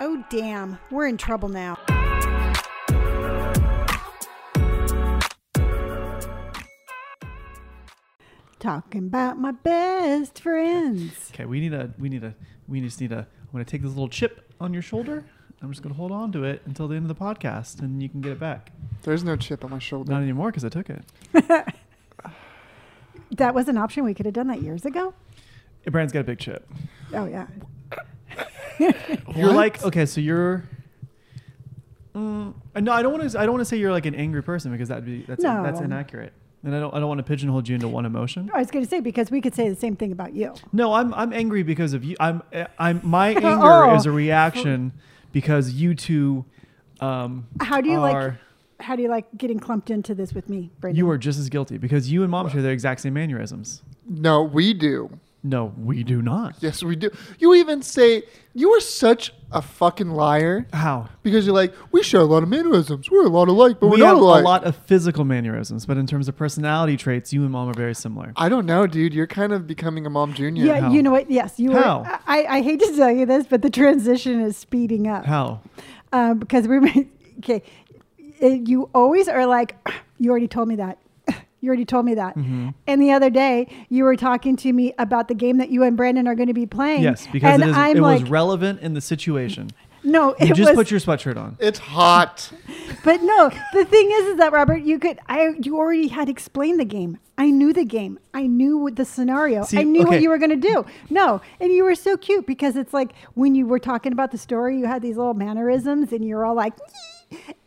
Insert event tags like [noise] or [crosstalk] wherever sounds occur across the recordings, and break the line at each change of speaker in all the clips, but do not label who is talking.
Oh, damn. We're in trouble now. Talking about my best friends.
Okay, we need a we need a we just need a I'm gonna take this little chip on your shoulder. I'm just gonna hold on to it until the end of the podcast and you can get it back.
There's no chip on my shoulder.
Not anymore because I took it.
That was an option. We could have done that years ago.
Yeah, Brandon's got a big chip.
Oh, yeah. [laughs]
You're
What?
like okay, so you're. Mm, no, I don't want to. I don't want to say you're like an angry person because that'd be that's
No.
that's inaccurate, and I don't. I don't want to pigeonhole you into one emotion.
I was going to say, because we could say the same thing about you.
No, I'm I'm angry because of you. I'm eh, I'm my
[laughs]
anger
Oh.
is a reaction because you two. Um,
How do you like.
are-
How do you like getting clumped into this with me, Brandon?
You are just as guilty because you and mom share the exact same mannerisms.
No, we do.
No, we do not.
Yes, we do. You even say you are such a fucking liar
How?
because you're like we share a lot of mannerisms. We're a lot alike, but
we
we're not
have
alike.
a lot of physical mannerisms, but in terms of personality traits, you and mom are very similar.
I don't know, dude. You're kind of becoming a mom junior.
Yeah,
how?
you know what? Yes, you
How?
are. I, I hate to tell you this, but the transition is speeding up.
How?
Um, because we're [laughs] okay. It- You always are like, [clears throat] you already told me that. [laughs] You already told me that.
Mm-hmm.
And the other day, you were talking to me about the game that you and Brandon are going to be playing.
Yes, because
and
it, is,
I'm
it
like,
was relevant in
[laughs]
the situation.
no,
You
it
just
was.
put your sweatshirt on.
It's hot.
but no, the thing is, is that Robert, you could, I, you already had explained the game. I knew the game. I knew what the scenario.
See,
I knew what
okay.
you were going to do. No, and you were so cute because it's like when you were talking about the story, you had these little mannerisms, and you're all like.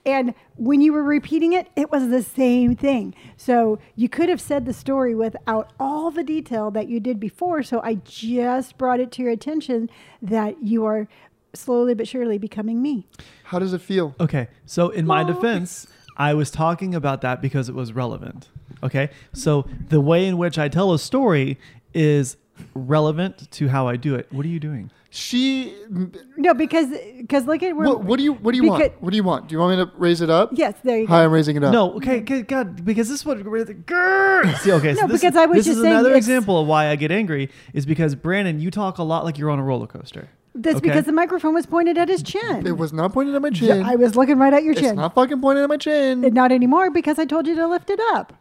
And when you were repeating it, it was the same thing. So you could have said the story without all the detail that you did before. So I just brought it to your attention that you are slowly but surely becoming me.
How does it feel?
Okay, so in my
Well-
defense, I was talking about that because it was relevant. Okay, so the way in which I tell a story is relevant to how I do it. What are you doing?
She.
No, because because look at where.
What, what do you? What do you
Because-
want? What do you want? Do you want me to raise it up?
Yes, there you go.
Hi, I'm raising it up.
No, okay, g- God, because this is what grrr. See, okay, so
No,
this,
because I was
this
just
is
saying
another
it's-
example of why I get angry is because Brandon, you talk a lot like you're on a roller coaster.
That's
okay?
because the microphone was pointed at his chin.
It was not pointed at my
Yeah,
chin.
I was looking right at your
it's
chin.
not fucking pointed at my chin.
And not anymore because I told you to lift it up.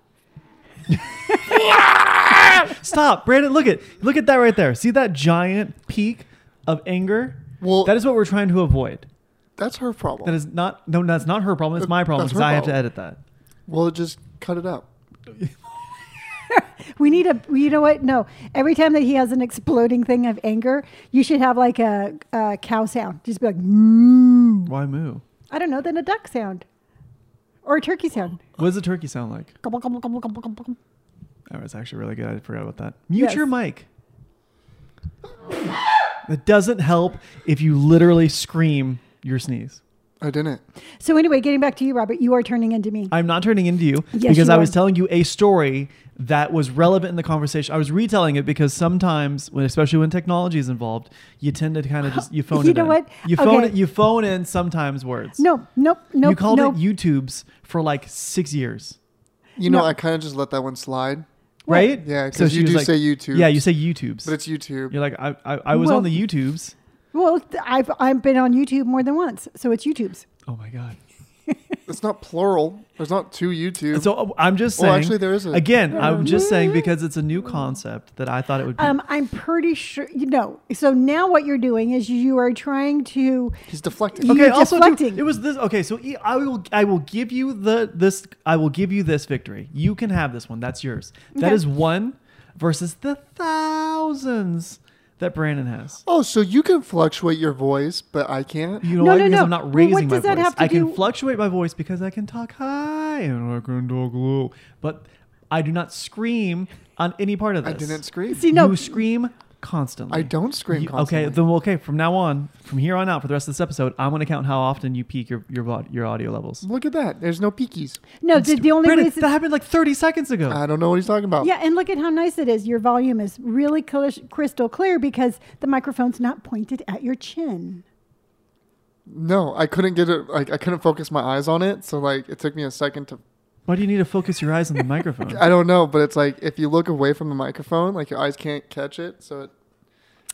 Stop, [laughs] Brandon. Look at look at that right there. See that giant peak of anger?
Well-
that is what we're trying to avoid.
That's her problem.
That is not no. That's not her problem. It's
That-
my problem
Uh, that's
because
her
I have to
problem.
edit that.
well, just cut it out.
We need a, you know what? No. Every time that he has an exploding thing of anger, you should have like a, a cow sound. Just be like, moo.
Why moo?
I don't know, then a duck sound or a turkey sound.
What does a turkey sound like?
Gobble, gobble, gobble, gobble, gobble, gobble.
That was actually really good. I forgot about that. Mute
Yes.
your mic. That doesn't help if you literally scream your sneeze.
I didn't.
So, anyway, getting back to you, Robert, you are turning into me.
I'm not turning into you
Yes,
because
you
I was
are.
telling you a story that was relevant in the conversation. I was retelling it because sometimes, when especially when technology is involved, you tend to kind of
[laughs]
just you phone
You
it
know
in.
what?
You phone
Okay.
it. You phone in sometimes words.
no, nope, nope.
you called
nope.
it YouTube's for like six years,
You know,
No.
I kind of just let that one slide,
What?
right?
Yeah, 'cause
So she
you
was
do
like-
say YouTubes.
Yeah, you say YouTube's.
but it's YouTube.
You're like I. I, I was
Well-
on the YouTube's.
Well, th- I've, I've been on YouTube more than once. So, it's YouTube's.
Oh my god.
It's not plural. There's not two YouTube.
So uh, I'm just saying.
Well, actually, there is a-
Again, I'm just saying because it's a new concept that I thought it would be.
Um, I'm pretty sure you know. So now what you're doing is you are trying to.
He's deflecting.
You-
okay.
You're
Also, too,
deflecting.
it was this. Okay, so e- I will. I will give you the this. I will give you this victory. You can have this one. That's yours. That
Okay.
is one versus the thousands that Brandon has.
Oh, so you can fluctuate your voice, but I can't.
You know
No,
why?
no,
because
no.
I'm not
Well, what
raising my
does that
voice.
have to
I can
do-
fluctuate my voice because I can talk high and I can talk low, but I do not scream on any part of
I
this.
didn't scream.
See, no,
You scream constantly.
I don't scream
You- Okay,
constantly.
then okay. From now on, from here on out, for the rest of this episode, I'm going to count how often you peak your your vod- your audio levels.
Look at that. There's no peakies.
no. The, the only
Brandon,
reason.
that happened like 30 seconds ago.
I don't know what he's talking about.
yeah, and look at how nice it is. Your volume is really cl- crystal clear because the microphone's not pointed at your chin.
No, I couldn't get it. Like I couldn't focus my eyes on it. So like it took me a second to.
Why do you need to focus your eyes on the
[laughs]
microphone?
I don't know, but it's like if you look away from the microphone, like your eyes can't catch it. So it.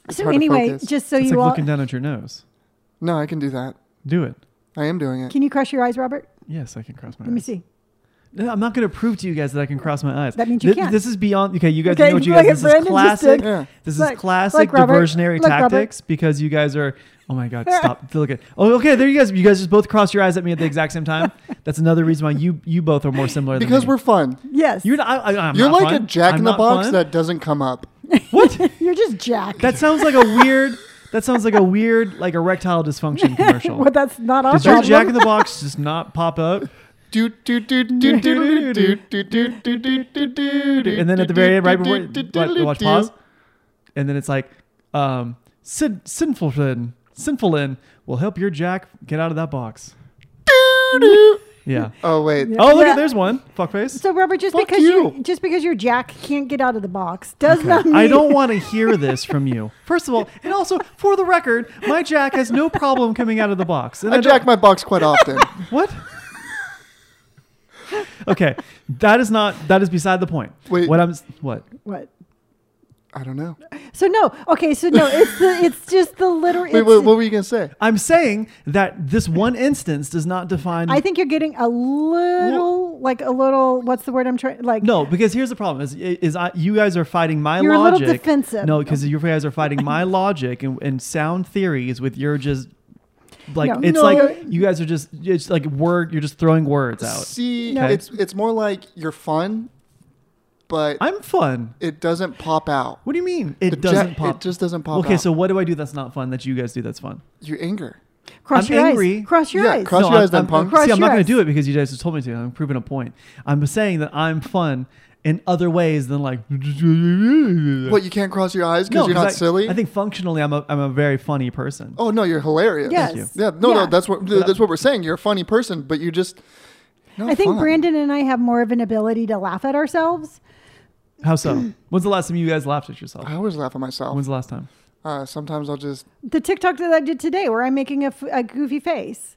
It's
so
hard to
anyway,
focus.
just so
it's
you
like
all.
looking down at your nose.
No, I can do that.
Do it.
I am doing it.
Can you crush your eyes, Robert?
Yes, I can cross my
Let me
eyes.
see.
No, I'm not going to prove to you guys that I can cross my eyes.
That means you
Thi-
can't.
This is beyond. Okay, you guys
Okay,
know what you
look
guys.
at
This is
Brandon just
classic.
did-
Yeah.
This
Look,
is classic
look, Robert.
diversionary
Look, Robert.
tactics because you guys are. Oh my God! Stop. Look at. Oh, okay. There you guys. You guys just both crossed your eyes at me at the exact
[laughs]
same time. That's another reason why you you both are more similar. than
Because
me.
we're fun.
Yes.
You're not. I, I, I'm
You're
not
like
fun.
a jack
I'm
in the
not
box
fun.
that doesn't come up. [laughs]
What?
You're just Jack. [laughs]
That sounds like a weird. That sounds like a weird like erectile dysfunction commercial.
well, that's not our
Did your
problem.
Jack in the Box just not pop up?
Do do do do do do do do do do do do do do.
And then at the very end, right before watch, watch pause, and then it's like, um, sin, sinful sin, sinful in will help your Jack get out of that box. Yeah.
Oh wait.
Yeah.
Oh look, at there's one fuckface.
[laughs] so, Robert, just
Fuck
because you.
you.
just because you're Jack can't get out of the box does not mean
I don't want to hear this from you. First of all, and also for the record, my Jack has no problem coming out of the box. And
I
I don't-
jack my box quite often.
What? okay, that is not that is beside the point.
Wait.
what I'm what?
What?
I don't know.
So no. Okay. So no. It's the. It's just the literal.
Wait, wait, what were you gonna say?
I'm saying that this one instance does not define.
I think you're getting a little, like a little. What's the word I'm trying? Like
no, because here's the problem: is is I, you guys are fighting my
You're a little
logic.
defensive.
No, because you guys are fighting my logic and, and sound theories with your just like
No.
it's
No.
like you guys are just it's like word. You're just throwing words out.
See,
No.
it's it's more like you're fun, but
I'm fun.
it doesn't pop out.
What do you mean? It
The jack-
doesn't pop.
It just doesn't pop.
okay,
out.
so what do I do that's not fun that you guys do that's fun?
your anger.
cross
I'm
your
angry.
eyes. Cross your
Yeah,
eyes.
cross- your eyes then, punk.
See,
Cross
I'm not
your
going
eyes.
to do it because you guys just told me to. I'm proving a point. I'm saying that I'm fun in other ways than like. [laughs]
What? You can't cross your eyes because you're
'cause
not
I,
silly.
I think functionally, I'm a I'm a very funny person.
Oh no, you're hilarious.
Yes.
Thank
Yeah. No,
Yeah.
no, that's what that's what we're saying. You're a funny person, but you just. not
I think
fun.
Brandon and I have more of an ability to laugh at ourselves.
How
[clears throat]
so? When's the last time you guys laughed at yourself?
Oh. I always laugh at myself.
When's the last time?
Uh, sometimes I'll just
The TikTok that I did today, where I'm making a, f- a goofy face.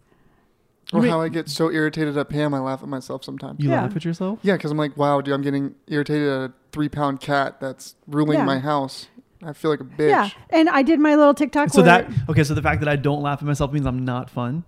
or
mean-
how I get so irritated at Pam, I laugh at myself sometimes.
You
Yeah.
laugh at yourself?
Yeah, because I'm like, wow, dude, I'm getting irritated at a three pound cat that's ruling
Yeah.
my house. I feel like a bitch.
Yeah, and I did my little TikTok.
So
where
that okay. So the fact that I don't laugh at myself means I'm not fun.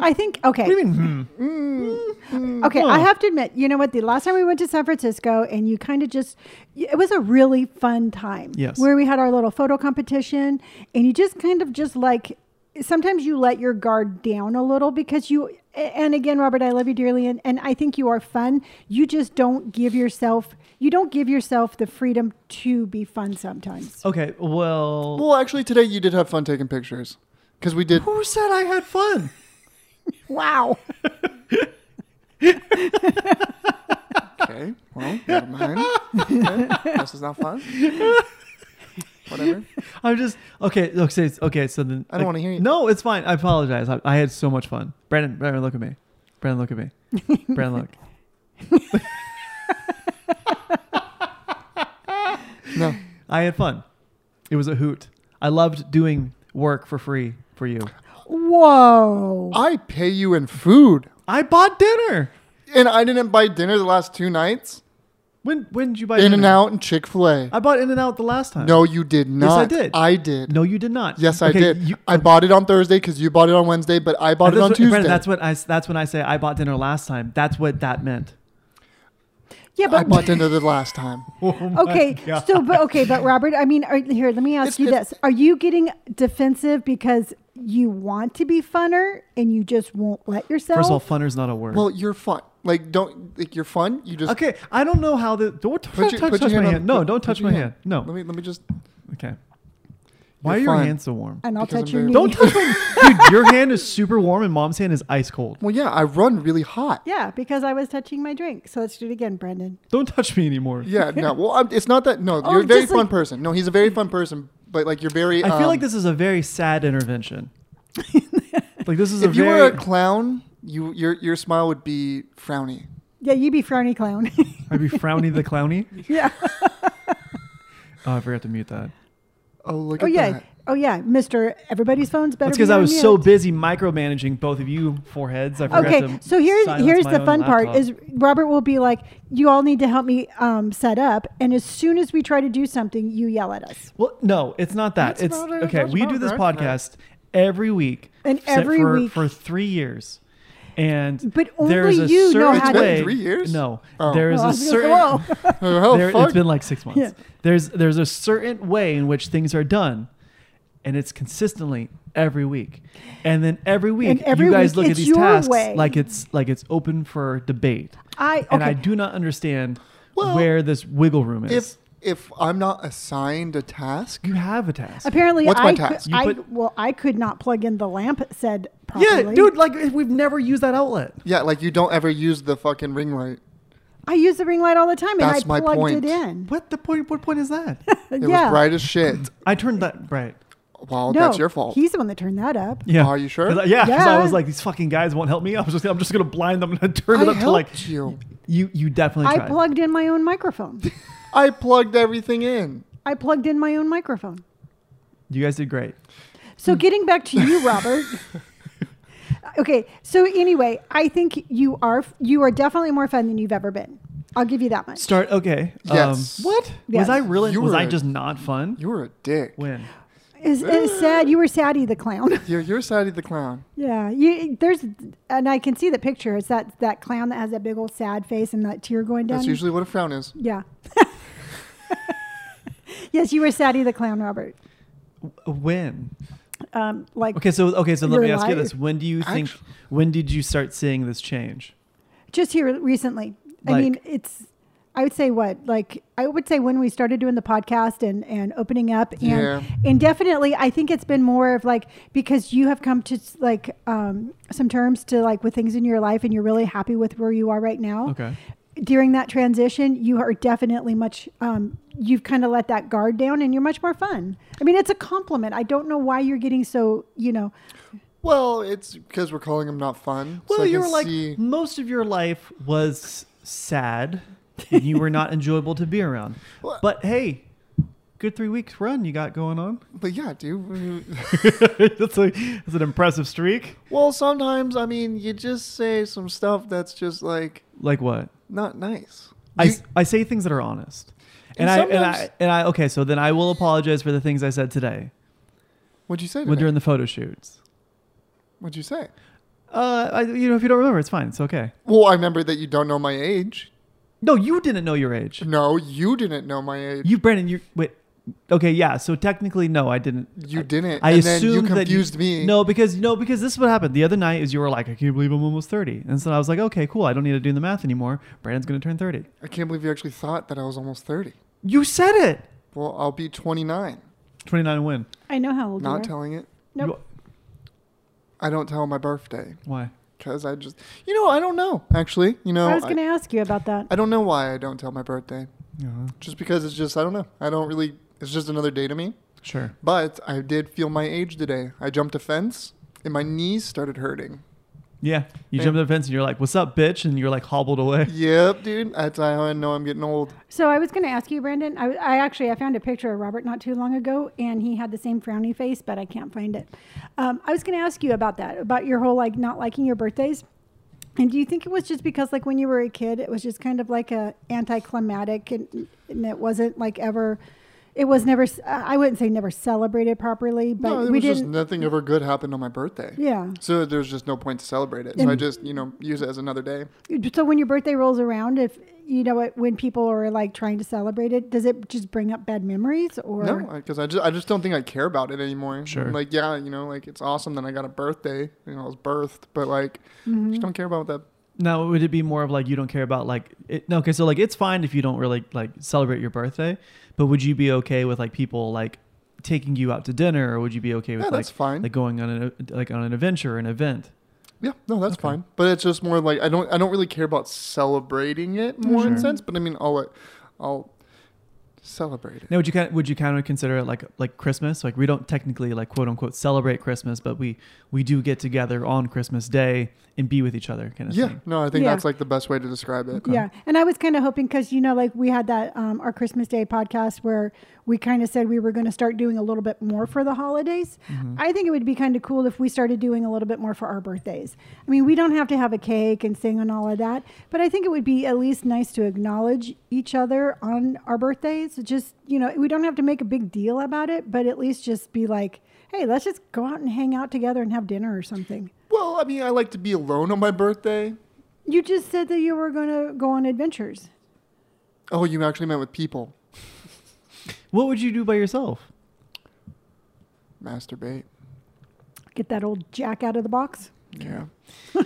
I think okay.
What do you mean? hmm?
Okay,
Huh.
I have to admit, you know what? The last time we went to San Francisco, and you kind of just, it was a really fun time.
Yes.
Where we had our little photo competition, and you just kind of just like, sometimes you let your guard down a little because you, and again, Robert, I love you dearly, and, and I think you are fun. You just don't give yourself, you don't give yourself the freedom to be fun sometimes.
Okay. Well,
Well, actually, today you did have fun taking pictures because we did.
who said I had fun?
Wow.
Okay, well, never mind. Okay, This is not fun. Whatever.
I'm just okay. Look, say okay. So then
I don't wanna hear you.
No, it's fine. I apologize. I, I had so much fun. Brandon, Brandon, look at me. Brandon, look at
[laughs]
me. Brandon, look.
No.
I had fun. It was a hoot. I loved doing work for free for you.
Whoa.
I pay you in food.
I bought dinner.
And I didn't buy dinner the last two nights.
When when did you buy
In
dinner?
and Out and Chick fil A.
I bought In and Out the last time.
No, you did
Yes,
not.
I did.
I did.
No, you did not.
Yes, I
Okay,
did.
You, um, Oh,
I bought it on Thursday because you bought it on Wednesday, but I bought
that's
it on
what-
Tuesday.
Brandon, that's what I. That's when I say I bought dinner last time. That's what that meant.
yeah,
I
but
bought dinner the
[laughs]
last time.
[laughs]
Oh
Okay, so but okay, but Robert, I mean, are, here, let me ask
It's-
you
it's-
this: Are you getting defensive because you want to be funner and you just won't let yourself?
First of all, funner's not a word.
Well, you're fun. Like don't like you're fun. You just
okay, I don't know how the don't, don't
your-
touch, touch
your
my hand.
on-
No,
put-
don't
put
touch
your
my hand. No.
Let me let me just.
Okay. Why are
You're
your
fine.
hands so
[laughs]
warm?
and I'll
because
touch
I'm
your
very-
knee.
Don't touch my dude. Your hand is super warm, and mom's hand is ice cold.
Well, yeah, I run really hot.
[laughs] yeah, because I was touching my drink. So let's do it again, Brendan.
Don't touch me anymore. [laughs]
Yeah, no. Well, I'm, it's not that. No,
Oh,
you're a very
just
fun
like-
person. No, he's a very fun person, but like you're very.
I feel
um,
like this is a very sad
[laughs]
intervention. like this is a
If you
very.
were
[laughs]
a clown, you your your smile would be frowny.
Yeah, you be frowny clown. [laughs]
I'd be frowny the clowny.
yeah.
Oh, I forgot to mute that.
Oh look
Oh
at
yeah.
that.
Oh yeah, Mister. Everybody's phones better.
That's
be
because I
on
was so
mute.
busy micromanaging both of you foreheads. I forgot
Okay,
to
so here's
silence
here's
my
the
own
fun part
laptop.
is Robert will be like, "You all need to help me um, set up," and as soon as we try to do something, you yell at us.
Well, no, it's not that.
That's
it's
not it.
okay.
That's
we
not
do this
right.
podcast every week.
And
set
every
for,
week.
for three years. And
But
there's
only
a
you know
certain
how
It's been
way-
to.
three years?
No,
Oh.
there is
[laughs] Well, I
a
was gonna say,
certain. [laughs]
whoa.
[laughs] Oh, hell,
there-
fuck.
it's been like six months.
Yeah.
There's there's a certain way in which things are done, and it's consistently every week, and then every week
And every
you guys
week
look at
it's
these
your
tasks
way.
like it's like it's open for debate,
I okay.
and I do not understand
Well,
where this wiggle room is.
if if I'm not assigned a task,
you have a task,
Apparently,
What's my
I,
task?
cou-
You
I
put-
well, I could not plug in the lamp said properly.
yeah, dude, like we've never used that outlet.
yeah, like you don't ever use the fucking ring light.
I use the ring light all the time, and
That's
I
my
plugged it
point.
in.
What the point? What point is [laughs] that?
It
yeah,
was bright as shit.
I turned that right.
Well,
No,
that's your fault.
He's the one that turned that up.
Yeah.
Are you sure?
'Cause I- yeah, 'cause I
Yeah.
was like, these fucking guys won't help me. I was just, I'm just gonna blind them and turn
I
it up to like
helped you.
You, you definitely.
I
tried.
plugged in my own
[laughs]
microphone.
I plugged everything in.
I plugged in my own microphone.
You guys did great.
So
Hmm.
getting back to
[laughs]
you, Robert. okay, so anyway, I think you are you are definitely more fun than you've ever been. I'll give you that much.
Start okay.
Yes.
what
Yes.
was I really?
You
was
were
I
a-
just not fun?
You were a dick.
when
Is it's sad you were Sadie the clown. [laughs]
You're you're Sadie the clown.
yeah, you, there's and I can see the picture. It's that that clown that has that big old sad face and that tear going down.
That's usually what a frown is.
yeah. [laughs] yes, you were Sadie the clown, Robert.
when
Um, like
okay so okay so let
You're
me
a
ask you
liar.
this when do you think
Actu-
when did you start seeing this change
just here recently. I
Like-
mean, it's I would say what like I would say when we started doing the podcast and and opening up and
Yeah.
and definitely I think it's been more of like because you have come to like um, some terms to like with things in your life and you're really happy with where you are right now.
okay
During that transition, you are definitely much. Um, you've kind of let that guard down, and you're much more fun. I mean, it's a compliment. I don't know why you're getting so. You know,
Well, it's because we're calling him not fun.
well
so I
you
can
were like
see-
most of your life was sad and you were not enjoyable to be around
Well-
but hey good three weeks run you got going
[laughs]
on
but yeah, dude.
that's, a, that's an impressive streak
[laughs] well, sometimes I mean, you just say some stuff that's just like
like what
not nice.
I,
You-
s- I say things that are honest and,
And
I, and
sometimes-
I and I okay so then I will apologize for the things I said today
what'd you say?
when
Today?
during the photo shoots
What'd you say?
uh I, you know if you don't remember it's fine it's okay
Well, I remember that you don't know my age.
No, you didn't know your age.
No, you didn't know my age.
You, Brandon, you wait. Okay, yeah. So technically, no, I didn't.
You didn't.
I
and
assumed
then you
that
confused me.
No, because no, because this is what happened. The other night is you were like, I can't believe I'm almost thirty, and so I was like, okay, cool. I don't need to do the math anymore. Brandon's gonna turn thirty.
I can't believe you actually thought that I was almost 30.
You said it.
Well, I'll be 29.
Twenty nine win.
I know how old you
Not
are.
telling it.
Nope.
You-
I don't tell my birthday
why?
because I just, you know, I don't know actually. You know,
I was
I-
going to ask you about that.
I don't know why I don't tell my birthday.
Uh-huh.
Just because it's just, I don't know. I don't really, it's just another day to me.
Sure.
But I did feel my age today. I jumped a fence and my knees started hurting.
Yeah. You
Yeah.
jumped the fence and you're like, "What's up, bitch?" And you're like hobbled away.
Yep, dude. That's how I know I'm getting old.
So I was going to ask you, Brandon. I, I actually I found a picture of Robert not too long ago, and he had the same frowny face, but I can't find it. Um, I was going to ask you about that, about your whole like not liking your birthdays, and do you think it was just because like when you were a kid, it was just kind of like a anticlimactic, and, and it wasn't like ever, it was never. s- I wouldn't say never celebrated properly, but
no, it
we
was just
didn't.
nothing ever good happened on my birthday.
yeah.
So there's just no point to celebrate it. So I
And-
just, you know, use it as another day.
So when your birthday rolls around, if you know it, when people are like trying to celebrate it, does it just bring up bad memories or?
No, because I just I just don't think I care about it anymore.
Sure.
Like yeah, you know, like it's awesome that I got a birthday. You know, I was birthed, but like
Mm-hmm.
I just don't care about that.
[laughs] Now, would it be more of like you don't care about like it? No, okay, so like it's fine if you don't really like celebrate your birthday, but would you be okay with like people like taking you out to dinner, or would you be okay with
Yeah,
like
that's fine.
like going on an like on an adventure or an event?
yeah, no, that's
Okay.
fine. But it's just more like I don't I don't really care about celebrating it
Mm-hmm.
more in a
Sure.
sense. But I mean, I'll I'll celebrate it.
Now, would you kind would you kind of consider it like like Christmas? Like we don't technically like quote unquote celebrate Christmas, but we we do get together on Christmas Day and be with each other, kind of
Yeah,
thing.
no, I think
Yeah.
that's like the best way to describe it.
Yeah, and I was kind of hoping because you know, like we had that um, our Christmas Day podcast where we kind of said we were going to start doing a little bit more for the holidays. I think it would be kind of cool if we started doing a little bit more for our birthdays. I mean, we don't have to have a cake and sing and all of that, but I think it would be at least nice to acknowledge each other on our birthdays. Just you know, we don't have to make a big deal about it, but at least just be like, hey, let's just go out and hang out together and have dinner or something.
Well, I mean, I like to be alone on my birthday.
You just said that you were going to go on adventures.
Oh, you actually met with people.
What would you do by yourself?
Masturbate.
Get that old jack out of the box.
Yeah.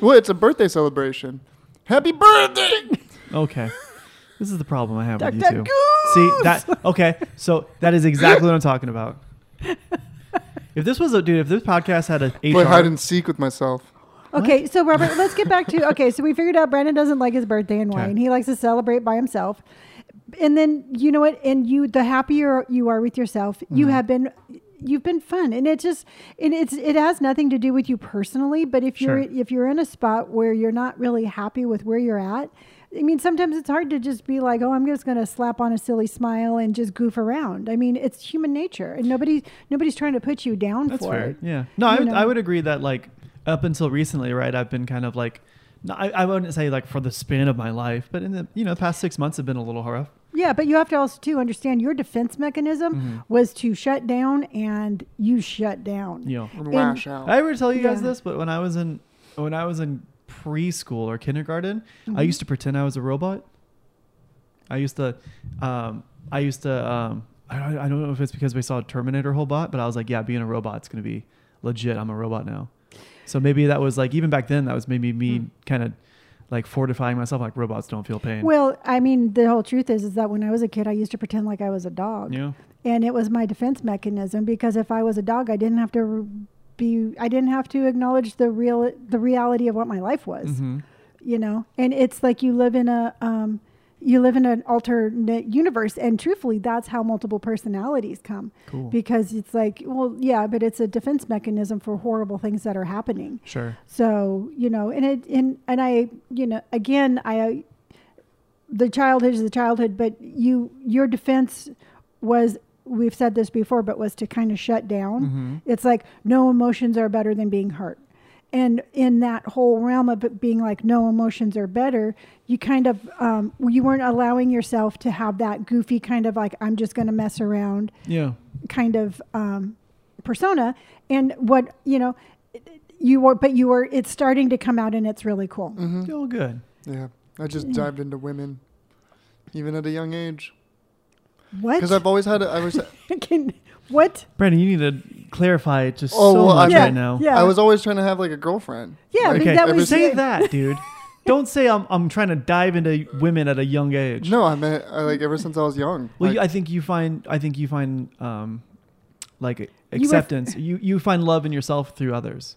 well, it's a birthday celebration. Happy birthday!
[laughs]
Okay. This is the problem I have with you
Dr.
two.
Goose!
See that? Okay, so that is exactly what I'm talking about.
[laughs]
If this was a dude, if this podcast had a
Play hide
HR,
and seek with myself.
Okay, so Robert, let's get back
[laughs]
to okay. So we figured out Brandon doesn't like his birthday and wine.
Okay.
He likes to celebrate by himself. And then you know what? And you, the happier you are with yourself, you
Mm-hmm.
have been, you've been fun, and it just, and it's, it has nothing to do with you personally. But if you're,
Sure.
if you're in a spot where you're not really happy with where you're at, I mean, sometimes it's hard to just be like, oh, I'm just going to slap on a silly smile and just goof around. I mean, it's human nature, and nobody, nobody's trying to put you down
that's
for
fair.
it.
Yeah. No, I
You
would,
know.
I would agree that like up until recently, right? I've been kind of like, no, I, I wouldn't say like for the span of my life, but in the you know the past six months have been a little rough.
Yeah, but you have to also too understand your defense mechanism
Mm-hmm.
was to shut down, and you shut down.
You know,
And lash out.
I ever tell you guys
Yeah.
this, but when I was in when I was in preschool or kindergarten,
Mm-hmm.
I used to pretend I was a robot. I used to, um, I used to, um, I, don't- I don't know if it's because we saw Terminator whole bot, but I was like, yeah, being a robot's gonna be legit. I'm a robot now. So maybe that was like even back then that was maybe me
Mm.
kind of like fortifying myself like robots don't feel pain.
Well, I mean, the whole truth is, is that when I was a kid, I used to pretend like I was a dog,
yeah.
and it was my defense mechanism because if I was a dog, I didn't have to re- be, I didn't have to acknowledge the real, the reality of what my life was.
Mm-hmm.
hmm
you know and it's like you live in a um, you live in an alternate universe and truthfully that's how multiple personalities come
Cool.
because it's like well yeah but it's a defense mechanism for horrible things that are happening
Sure.
so you know and it and and i you know again i the childhood is the childhood but you your defense was we've said this before but was to kind of shut down
Mhm.
it's like no emotions are better than being hurt and in that whole realm of it being like no emotions are better you kind of um, you weren't allowing yourself to have that goofy kind of like i'm just going to mess around
Yeah.
kind of um, persona and what you know you were but you were it's starting to come out and it's really cool
hmm
Feel good.
Yeah. I just dived into women, even at a young age.
what
Because I've always had, a, I was,
[laughs] Can- what
Brandon, you need to clarify it just
Oh,
so
well, I
much
yeah,
right now.
yeah
I was always trying to have like a girlfriend.
Yeah,
Like,
I mean,
Okay,
that
was
say
it. [laughs]
that, dude. Don't say I'm, I'm trying to dive into women at a young age.
No, I meant I, like ever since I was young.
Well,
Like,
you, I think you find I think you find um, like
were-
acceptance. You, you find love in yourself through others.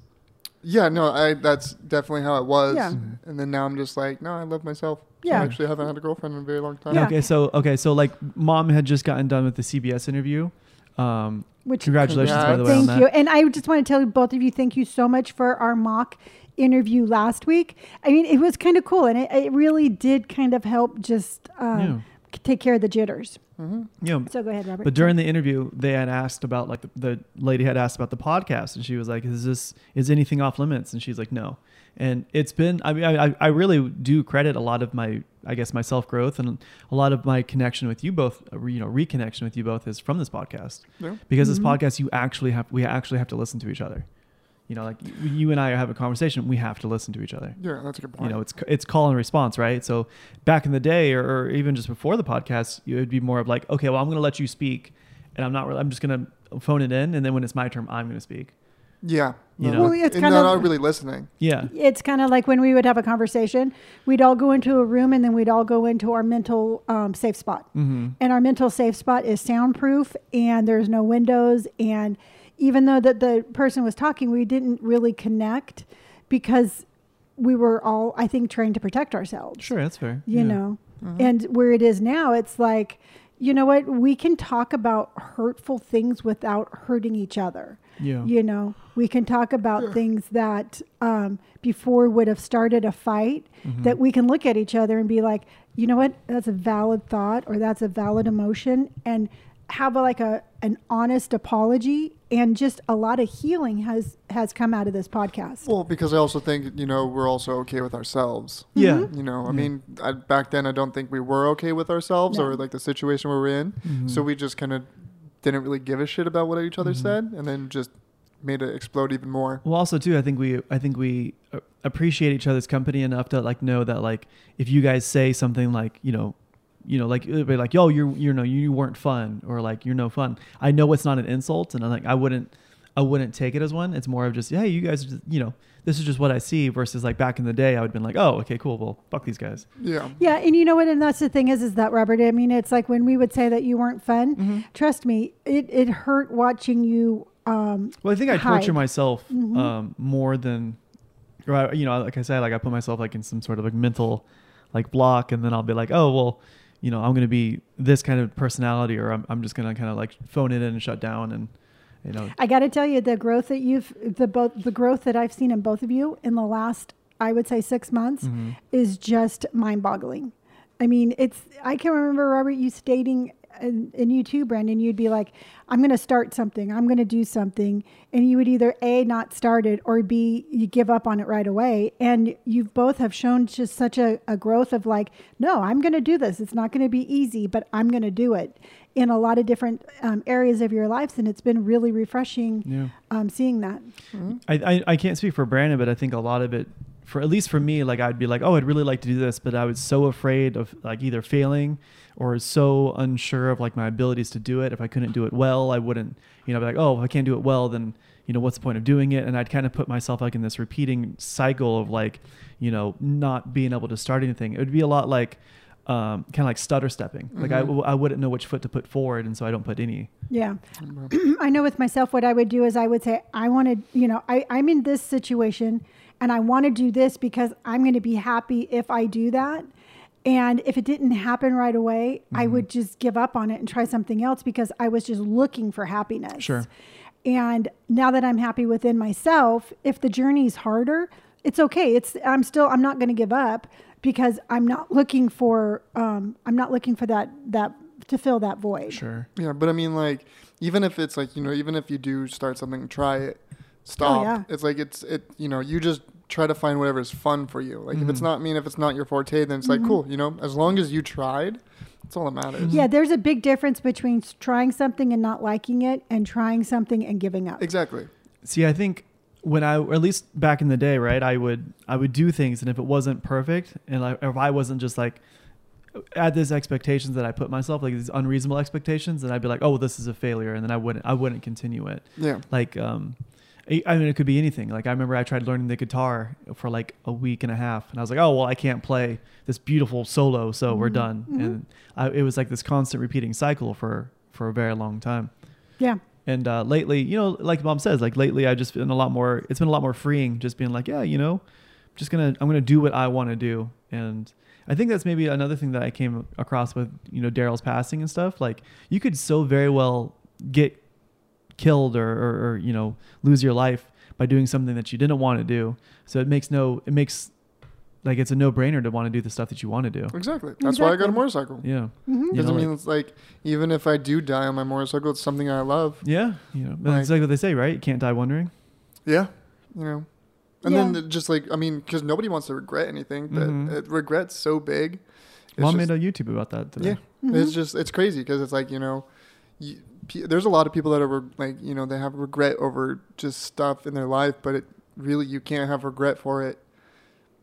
yeah, no, I that's definitely how it was.
Yeah.
Mm-hmm.
And then now I'm just like, no, I love myself.
Yeah.
I actually haven't had a girlfriend in a very long time.
Yeah.
Okay, so okay, so like mom had just gotten done with the CBS interview. Um,
Which-
congratulations by the way
thank
on that.
you and i just want to tell both of you thank you so much for our mock interview last week i mean it was kind of cool and it, it really did kind of help just um, take care of the jitters
Yeah,
so go ahead robert
But during the interview, they had asked about like the, the lady had asked about the podcast, and she was like, "Is this is anything off limits?" And she's like, "No." And it's been I mean I, I- I really do credit a lot of my I guess my self growth and a lot of my connection with you both uh, you know reconnection with you both is from this podcast
Yeah.
because this podcast you actually have we actually have to listen to each other. You know, like y- you and I have a conversation, we have to listen to each other
Yeah, that's a good
you
point.
know it's it's call and response right so back in the day or, or even just before the podcast it would be more of like okay well i'm going to let you speak and i'm not really, i'm just going to phone it in and then when it's my turn i'm going to speak
yeah.
You
No,
know. Well,
it's
and
kind
not
of-
all really listening.
yeah
it's kind of like when we would have a conversation we'd all go into a room and then we'd all go into our mental um, safe spot
mm-hmm.
and our mental safe spot is soundproof and there's no windows and even though that the person was talking we didn't really connect because we were all i think trying to protect ourselves
sure that's fair
you
Yeah.
know and where it is now it's like you know what we can talk about hurtful things without hurting each other
yeah
you know we can talk about things that um, before would have started a fight
Mm-hmm.
that we can look at each other and be like you know what that's a valid thought or that's a valid emotion and have a, like a an honest apology and just a lot of healing has has come out of this podcast
Well, because I also think you know we're also okay with ourselves.
yeah
Mm-hmm.
You know, I mean, I, back then I don't think we were okay with ourselves
No.
or like the situation we were in. So we just kind of didn't really give a shit about what each other said, and then just made it explode even more.
Well, also too, I think we I think we uh, appreciate each other's company enough to like know that like if you guys say something like you know, you know like it'll be like yo you're you know you weren't fun or like you're no fun. I know it's not an insult, and I'm like I wouldn't I wouldn't take it as one. It's more of just hey you guys are just, you know this is just what I see versus like back in the day I would have been like oh okay cool well fuck these guys.
Yeah.
Yeah, and you know what? And that's the thing is, is that Robert. I mean, it's like when we would say that you weren't fun.
Mm-hmm.
Trust me, it it hurt watching you. Um,
Well, I think I torture
hide.
myself um, more than, or I, you know, like I said, like I put myself like in some sort of like mental, like block, and then I'll be like, oh well, you know, I'm gonna be this kind of personality, or I'm I'm just gonna kind of like phone it in and shut down, and you know,
I got to tell you, the growth that you've the both the growth that I've seen in both of you in the last, I would say, six months is just mind-boggling. I mean, it's I can remember Robert you stating in, in you too, Brendan. You'd be like, "I'm going to start something. I'm going to do something," and you would either a not start it or b you give up on it right away. And you both have shown just such a, a growth of like, "No, I'm going to do this. It's not going to be easy, but I'm going to do it." In a lot of different um, areas of your lives, and it's been really refreshing
yeah.
um, seeing that.
I, I I can't speak for Brandon, but I think a lot of it, for at least for me, like I'd be like, oh, I'd really like to do this, but I was so afraid of like either failing or so unsure of like my abilities to do it. If I couldn't do it well, I wouldn't, you know, be like, oh, if I can't do it well, then you know what's the point of doing it? And I'd kind of put myself like in this repeating cycle of like, you know, not being able to start anything. It would be a lot like. Um, kind of like stutter stepping. Like I, I wouldn't know which foot to put forward, and so I don't put any.
Yeah. [clears throat] I know with myself, what I would do is I would say, I want to, you know, I, I'm in this situation and I want to do this because I'm going to be happy if I do that. And if it didn't happen right away, I would just give up on it and try something else because I was just looking for happiness.
Sure.
And now that I'm happy within myself, if the journey's harder, it's okay. It's I'm still I'm not going to give up because I'm not looking for um, I'm not looking for that that to fill that void.
Sure.
Yeah, but I mean, like, even if it's like you know, even if you do start something, try it, stop.
Oh, yeah.
It's like it's it. You know, you just try to find whatever's fun for you. Like, if it's not, I mean, if it's not your forte, then it's like cool. You know, as long as you tried, that's all that matters.
Mm-hmm. Yeah, there's a big difference between s- trying something and not liking it and trying something and giving up.
Exactly.
See, I think when I, or at least back in the day, right, I would I would do things, and if it wasn't perfect, and I, if I wasn't just like at these expectations that I put myself, like these unreasonable expectations, then I'd be like, oh, well, this is a failure, and then I wouldn't I wouldn't continue it.
Yeah.
Like, um, I I mean, it could be anything. Like I remember I tried learning the guitar for like a week and a half, and I was like, oh well, I can't play this beautiful solo, so we're done. And I, it was like this constant repeating cycle for for a very long time.
Yeah.
And uh, lately, you know, like mom says, like lately I've just been a lot more, it's been a lot more freeing just being like, yeah, you know, just gonna, I'm gonna do what I wanna do. And I think that's maybe another thing that I came across with, you know, Daryl's passing and stuff. Like you could so very well get killed or, or, or you know, lose your life by doing something that you didn't wanna do. So it makes no, it makes like it's a no brainer to wanna do the stuff that you wanna do.
Exactly. That's why I got a
Exactly.
motorcycle.
Yeah.
Mm-hmm.
You
Because
know,
I mean,
like-
it's like even if I do die on my motorcycle, it's something I love.
yeah. You know, that's
Like-
like what they say, right? You can't die wondering.
Yeah. You know. And then
Yeah.
it just like I mean, because nobody wants to regret anything, but
Mhm.
it, regret's so big. It's
Mom
just-
made a YouTube about that today.
Yeah, Mm-hmm. it's just it's crazy because it's like you know, you, pe- there's a lot of people that are re- like you know they have regret over just stuff in their life, but it really you can't have regret for it.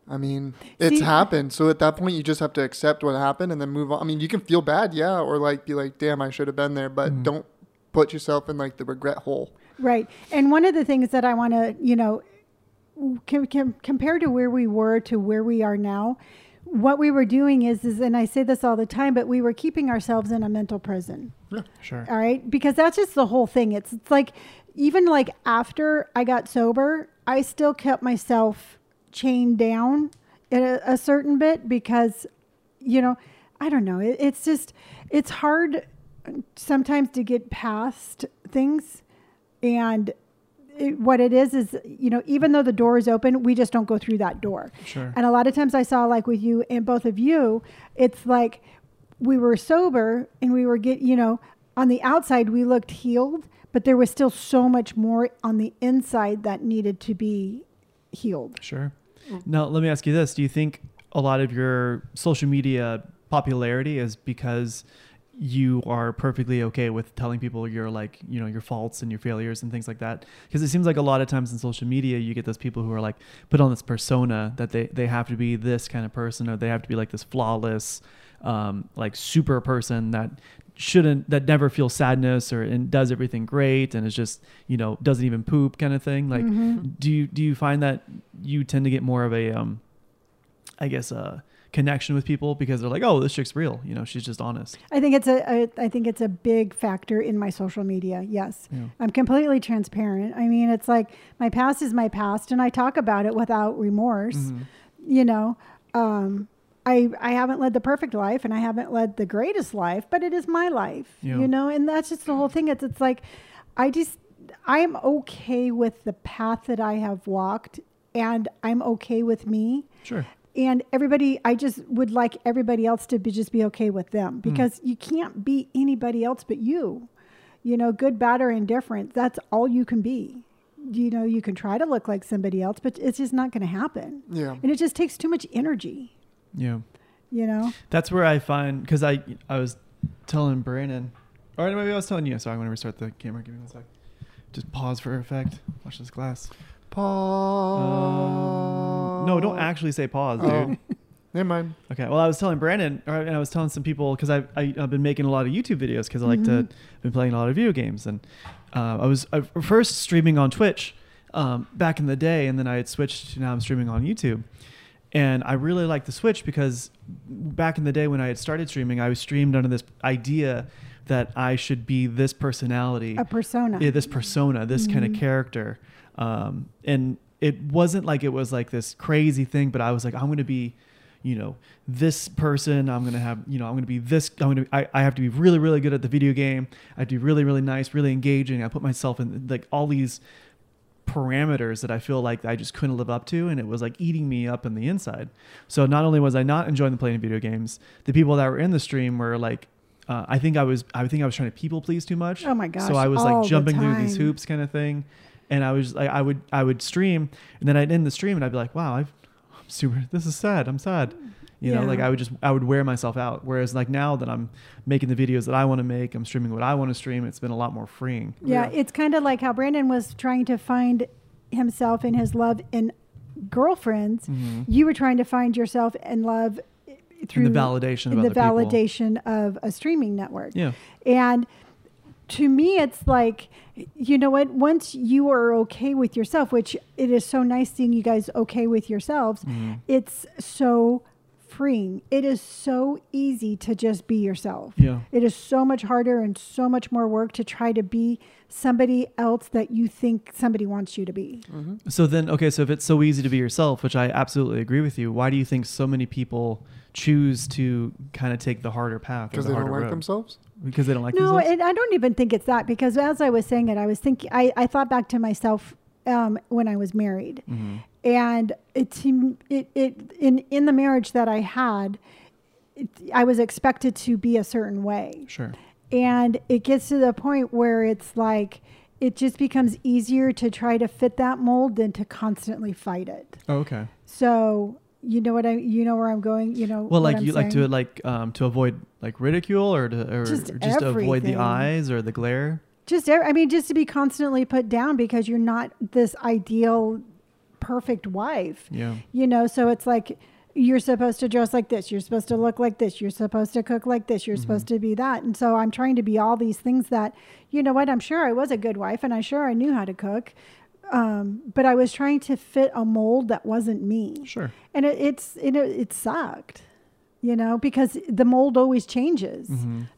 I mean, it's
See-
happened. So at that point, you just have to accept what happened and then move on. I mean, you can feel bad, yeah, or like be like, "Damn, I should have been there," but don't put yourself in like the regret hole.
Right. And one of the things that I want to, you know, com- com- compared to where we were to where we are now, what we were doing is, is, and I say this all the time, but we were keeping ourselves in a mental prison.
Sure.
All right. Because that's just the whole thing. It's, it's like, even like after I got sober, I still kept myself chained down in a, a certain bit because, you know, I don't know. It, it's just, it's hard sometimes to get past things. And it, what it is, is, you know, even though the door is open, we just don't go through that door.
Sure.
And a lot of times I saw, like with you and both of you, it's like we were sober and we were get, you know, on the outside we looked healed, but there was still so much more on the inside that needed to be healed.
Sure. Now, let me ask you this. Do you think a lot of your social media popularity is because you are perfectly okay with telling people your like you know your faults and your failures and things like that because it seems like a lot of times in social media you get those people who are like put on this persona that they they have to be this kind of person or they have to be like this flawless um like super person that shouldn't that never feels sadness or and does everything great and is just you know doesn't even poop kind of thing like do you do you find that you tend to get more of a um i guess a connection with people because they're like oh this chick's real you know she's just honest
I think it's a, a I think it's a big factor in my social media. Yes.
Yeah.
I'm completely transparent. I mean, it's like my past is my past and I talk about it without remorse.
Mm-hmm.
You know, um I, I haven't led the perfect life and I haven't led the greatest life, but it is my life,
Yeah.
you know, and that's just the whole thing. It's, it's like, I just, I'm okay with the path that I have walked and I'm okay with me
sure
and everybody i just would like everybody else to be, just be okay with them because you can't be anybody else but you you know good bad or indifferent that's all you can be you know you can try to look like somebody else but it's just not going to happen
Yeah.
and it just takes too much energy
yeah
you know
That's where I find because I I was telling Brandon, or maybe I was telling you. Sorry, I'm gonna restart the camera. Give me one sec. Just pause for effect. Watch this glass.
Paul.
Um, no, don't actually say pause, dude.
Oh. Never mind.
Okay. Well, I was telling Brandon, or, and I was telling some people because I, I I've been making a lot of YouTube videos because I like
Mhm.
to been playing a lot of video games, and uh, I was I, first streaming on Twitch um, back in the day, and then I had switched to now I'm streaming on YouTube, and I really like the switch because back in the day when I had started streaming, I was streamed under this idea that I should be this personality,
a persona
yeah, this persona, this kind
Mhm.
of character. Um, and it wasn't like it was like this crazy thing, but I was like, I'm going to be, you know, this person. I'm going to have, you know, I'm going to be this. I'm going to, I, I have to be really, really good at the video game. I have to be really, really nice, really engaging. I put myself in like all these parameters that I feel like I just couldn't live up to. And it was like eating me up in the inside. So not only was I not enjoying the playing video games, the people that were in the stream were like, uh, I think I was, I think I was trying to people please too much.
Oh my gosh,
So I was
all
like
the
jumping through these
time.
hoops kind of thing, and I was like, I would, I would stream, and then I'd end the stream, and I'd be like, wow, I've, I'm super. This is sad. I'm sad. You know,
Yeah.
like I would just, I would wear myself out. Whereas like now that I'm making the videos that I want to make, I'm streaming what I want to stream. It's been a lot more freeing.
yeah,
Yeah.
it's kind of like how brandon was trying to find himself and his love in girlfriends
Mhm.
you were trying to find yourself and love eh, through
validation of
the
other people.
validation of a streaming network
Yeah.
and to me it's like you know what once you are okay with yourself which it is so nice seeing you guys okay with yourselves
Mhm.
it's so freeing it is so easy to just be yourself
Yeah.
it is so much harder and so much more work to try to be somebody else that you think somebody wants you to be
Mhm.
So then, okay, so if it's so easy to be yourself, which I absolutely agree with you, why do you think so many people choose to kind of take the harder path? Because
Because they don't like themselves.
Because they don't like
no
themselves.
and i don't even think it's that because as i was saying it i was thinking i, I thought back to myself um, when i was married
Mhm.
and it, to- it, it in, in the marriage that i had it, i was expected to be a certain way
Sure.
and it gets to the point where it's like it just becomes easier to try to fit that mold than to constantly fight it
Oh, okay.
so you know what i you know where i'm going you know
Well,
what
like
I'm
you like to
saying?
like um, to avoid like ridicule or to or
Just
just, to avoid the
everything.
eyes or the glare.
just ev- i mean just to be constantly put down because you're not this ideal perfect wife
Yeah.
you know so it's like you're supposed to dress like this you're supposed to look like this you're supposed to cook like this you're supposed
Mm-hmm.
to be that and so i'm trying to be all these things that you know what i'm sure i was a good wife and i sure i knew how to cook um, but i was trying to fit a mold that wasn't me
Sure.
and it, it's you know it sucked you know because the mold always changes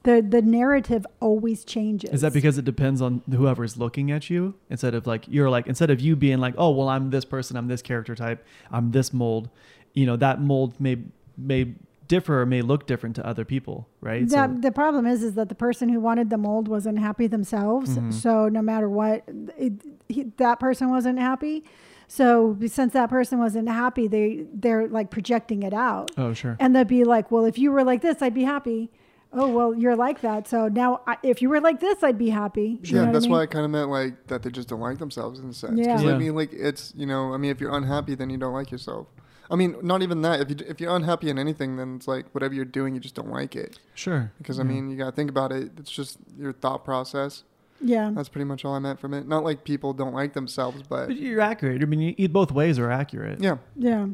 the the narrative always changes
Mm-hmm. Is that because it depends on whoever's looking at you instead of like you're like instead of you being like, "Oh, well, I'm this person, I'm this character type, I'm this mold." You know, that mold may may differ or may look different to other people, right?
The,
So-
the problem is, is that the person who wanted the mold wasn't happy themselves.
Mm-hmm.
So no matter what, it, he, that person wasn't happy. So since that person wasn't happy, they they're like projecting it out,
oh, sure.
and they'd be like, "Well, if you were like this, I'd be happy." oh well, you're like that. So now, I, if you were like this, I'd be happy. You
yeah,
know what I
that's
mean?
why I kind of meant like that they just don't like themselves in a sense.
Yeah.
Because
Yeah.
I mean, like it's you know, I mean, if you're unhappy, then you don't like yourself. I mean, not even that. If you if you're unhappy in anything, then it's like whatever you're doing, you just don't like it.
Sure.
Because I
Yeah.
mean, you gotta think about it. It's just your thought process.
Yeah.
That's pretty much all I meant from it. Not like people don't like themselves, but
But you're accurate. I mean, you, you, both ways are accurate.
yeah,
Yeah.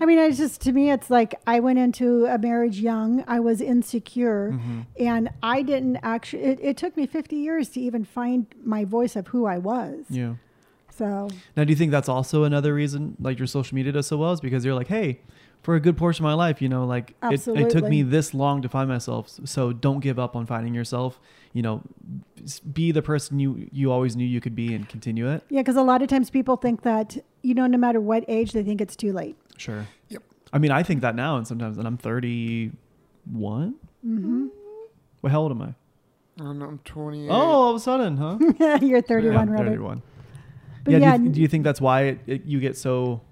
I mean, it's just to me, it's like I went into a marriage young. I was insecure,
Mm-hmm.
and I didn't actually. It, it took me 50 years to even find my voice of who I was.
Yeah.
So
Now, do you think that's also another reason, like your social media does so well, is because you're like, hey, for a good portion of my life, you know, like it, it took
Absolutely.
me this long to find myself. So don't give up on finding yourself. You know, s- be the person you you always knew you could be and continue it.
yeah, because a lot of times people think that you know, no matter what age, they think it's too late. [laughs]
Sure.
Yep.
I mean, I think that now, and sometimes, and I'm 31.
Mm-hmm.
Well, how old am I?
I don't know. I'm 28.
Oh, all of a sudden, huh?
You're 31,
Yeah,
rather.
31.
But
yeah,
yeah,
do, you,
n-
do you think that's why it, it, you get so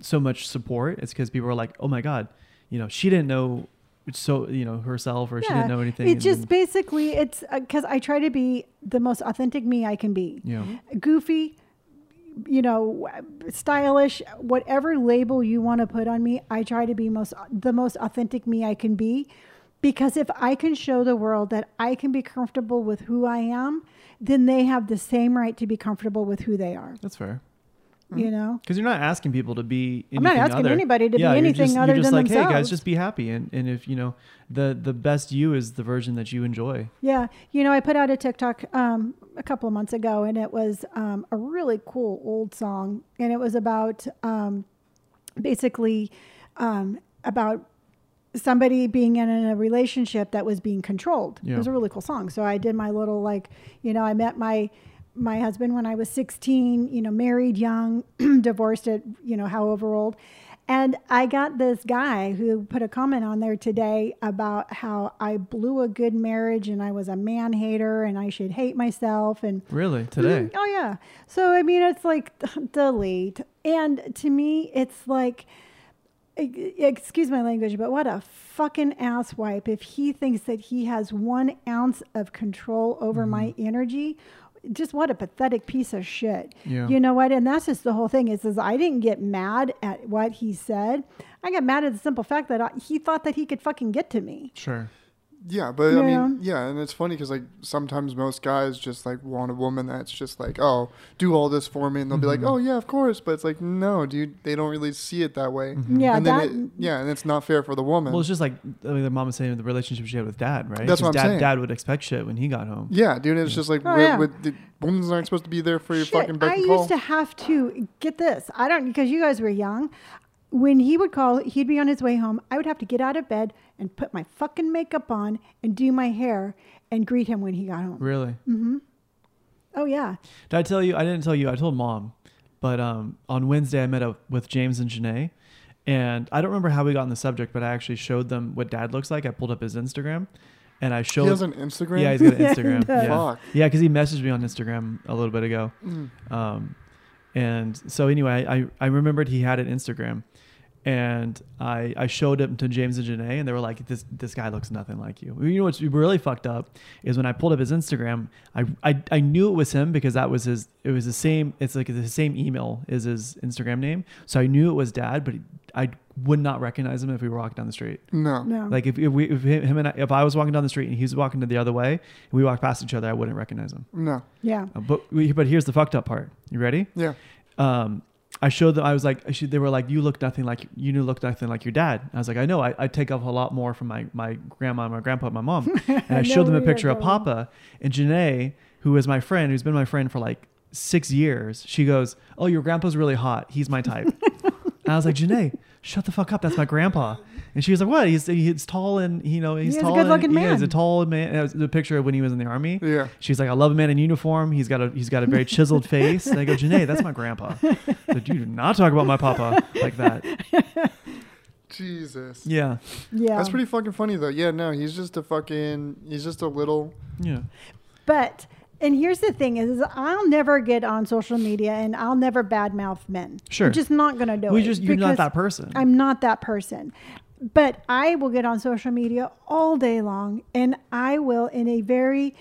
so much support? It's because people are like, "Oh my god, you know, she didn't know so you know herself, or she didn't know anything."
It's
and
just
then-
basically it's because I try to be the most authentic me I can be.
yeah,
goofy, you know, stylish, whatever label you want to put on me, I try to be most the most authentic me I can be because if I can show the world that I can be comfortable with who I am, then they have the same right to be comfortable with who they are,
that's fair.
you know?
Because you're not asking people to be. Anything
I'm not asking
other.
anybody to be
Yeah, you're
anything
just,
other
you're just
than
like, Hey guys,
themselves."
just be happy, and and if you know the the best you is the version that you enjoy.
Yeah. You know, I put out a TikTok um, a couple of months ago and it was um, a really cool old song. And it was about um, basically um, about somebody being in a relationship that was being controlled.
Yeah.
It was a really cool song. So I did my little like, you know, I met my my husband when I was 16, you know, married young, [clears throat] divorced at, you know, however old. And I got this guy who put a comment on there today about how I blew a good marriage and I was a man hater and I should hate myself and
Really, today.
Mhm. Oh yeah. So I mean, it's like [laughs] delete, and to me, it's like, e- excuse my language, but what a fucking asswipe if he thinks that he has one ounce of control over my
Mm-hmm.
energy. Just what a pathetic piece of shit.
Yeah.
You know what? And that's just the whole thing. Is is I didn't get mad at what he said. I got mad at the simple fact that I, he thought that he could fucking get to me.
Sure.
Yeah, but I mean, yeah, and it's funny because like sometimes most guys just like want a woman that's just like, oh, do all this for me, and they'll be
Mm-hmm.
like, oh yeah, of course, but it's like, no, dude, they don't really see it that way.
Mm-hmm. Yeah,
and then
that-
it, yeah, and it's not fair for the woman.
Well, it's just like I mean, the mom was saying the relationship she had with dad, right?
That's
'Cause
what I'm
dad,
saying.
Dad would expect shit when he got home.
yeah, dude, it's just like
Oh,
we're,
yeah.
with the woman's not supposed to be there for your
Shit,
fucking
I
beck and
used
call.
to have to get this. I don't because you guys were young. When he would call, he'd be on his way home. I would have to get out of bed and put my fucking makeup on and do my hair and greet him when he got home.
Really.
Oh yeah,
Did I tell you? I didn't tell you. I told mom. But um, on Wednesday, I met up with James and Janae. And I don't remember how we got on the subject, but I actually showed them what dad looks like. I pulled up his Instagram and I
he
showed.
has an Instagram.
Yeah, he's got an
Yeah, he
Instagram.
does.
yeah,
Fuck.
yeah, because he messaged me on Instagram a little bit ago.
Mm.
Um, and so anyway, I, I remembered he had an Instagram, and I I showed it to James and Janae, and they were like, "This this guy looks nothing like you." You know what's really fucked up is when I pulled up his Instagram, I I, I knew it was him because that was his. It was the same. It's like the same email is his Instagram name, so I knew it was Dad, but I would not recognize him if we were walking down the street.
[laughs] No.
no,
Like if, if we if him and I, if I was walking down the street and he was walking to the other way, and we walked past each other, I wouldn't recognize him.
No.
yeah,
Uh, But we, but here's the fucked up part. You ready?
Yeah.
um, I showed them. I was like, I should, they were like, you look nothing like you knew look nothing like your dad. I was like, I know. I, I take off a lot more from my my grandma, my grandpa, my mom. And
[laughs]
I,
I know
showed them a
where you're
picture of
going.
Papa and Janae, who is my friend, who's been my friend for like six years. She goes, "Oh, your grandpa's really hot. He's my
[laughs]
type." and I was like, Janae, shut the fuck up. That's my grandpa. And she was like, "What? He's he's tall and you know he's
He's a
tall.
good-looking
and, yeah, he's
man."
a tall man." And it was the picture of when he was in the army.
Yeah.
She's like, I love a man in uniform. He's got a he's got a very chiseled face. And I go, Janae, that's my grandpa. But you do not talk about my papa like that.
Jesus.
Yeah.
yeah.
That's pretty fucking funny though. Yeah, no, he's just a fucking. He's just a little.
Yeah.
But and here's the thing: is, is I'll never get on social media and I'll never badmouth men.
Sure.
I'm just not gonna do it.
we just you're not
because
that person.
I'm not that person. But I will get on social media all day long and I will, in a very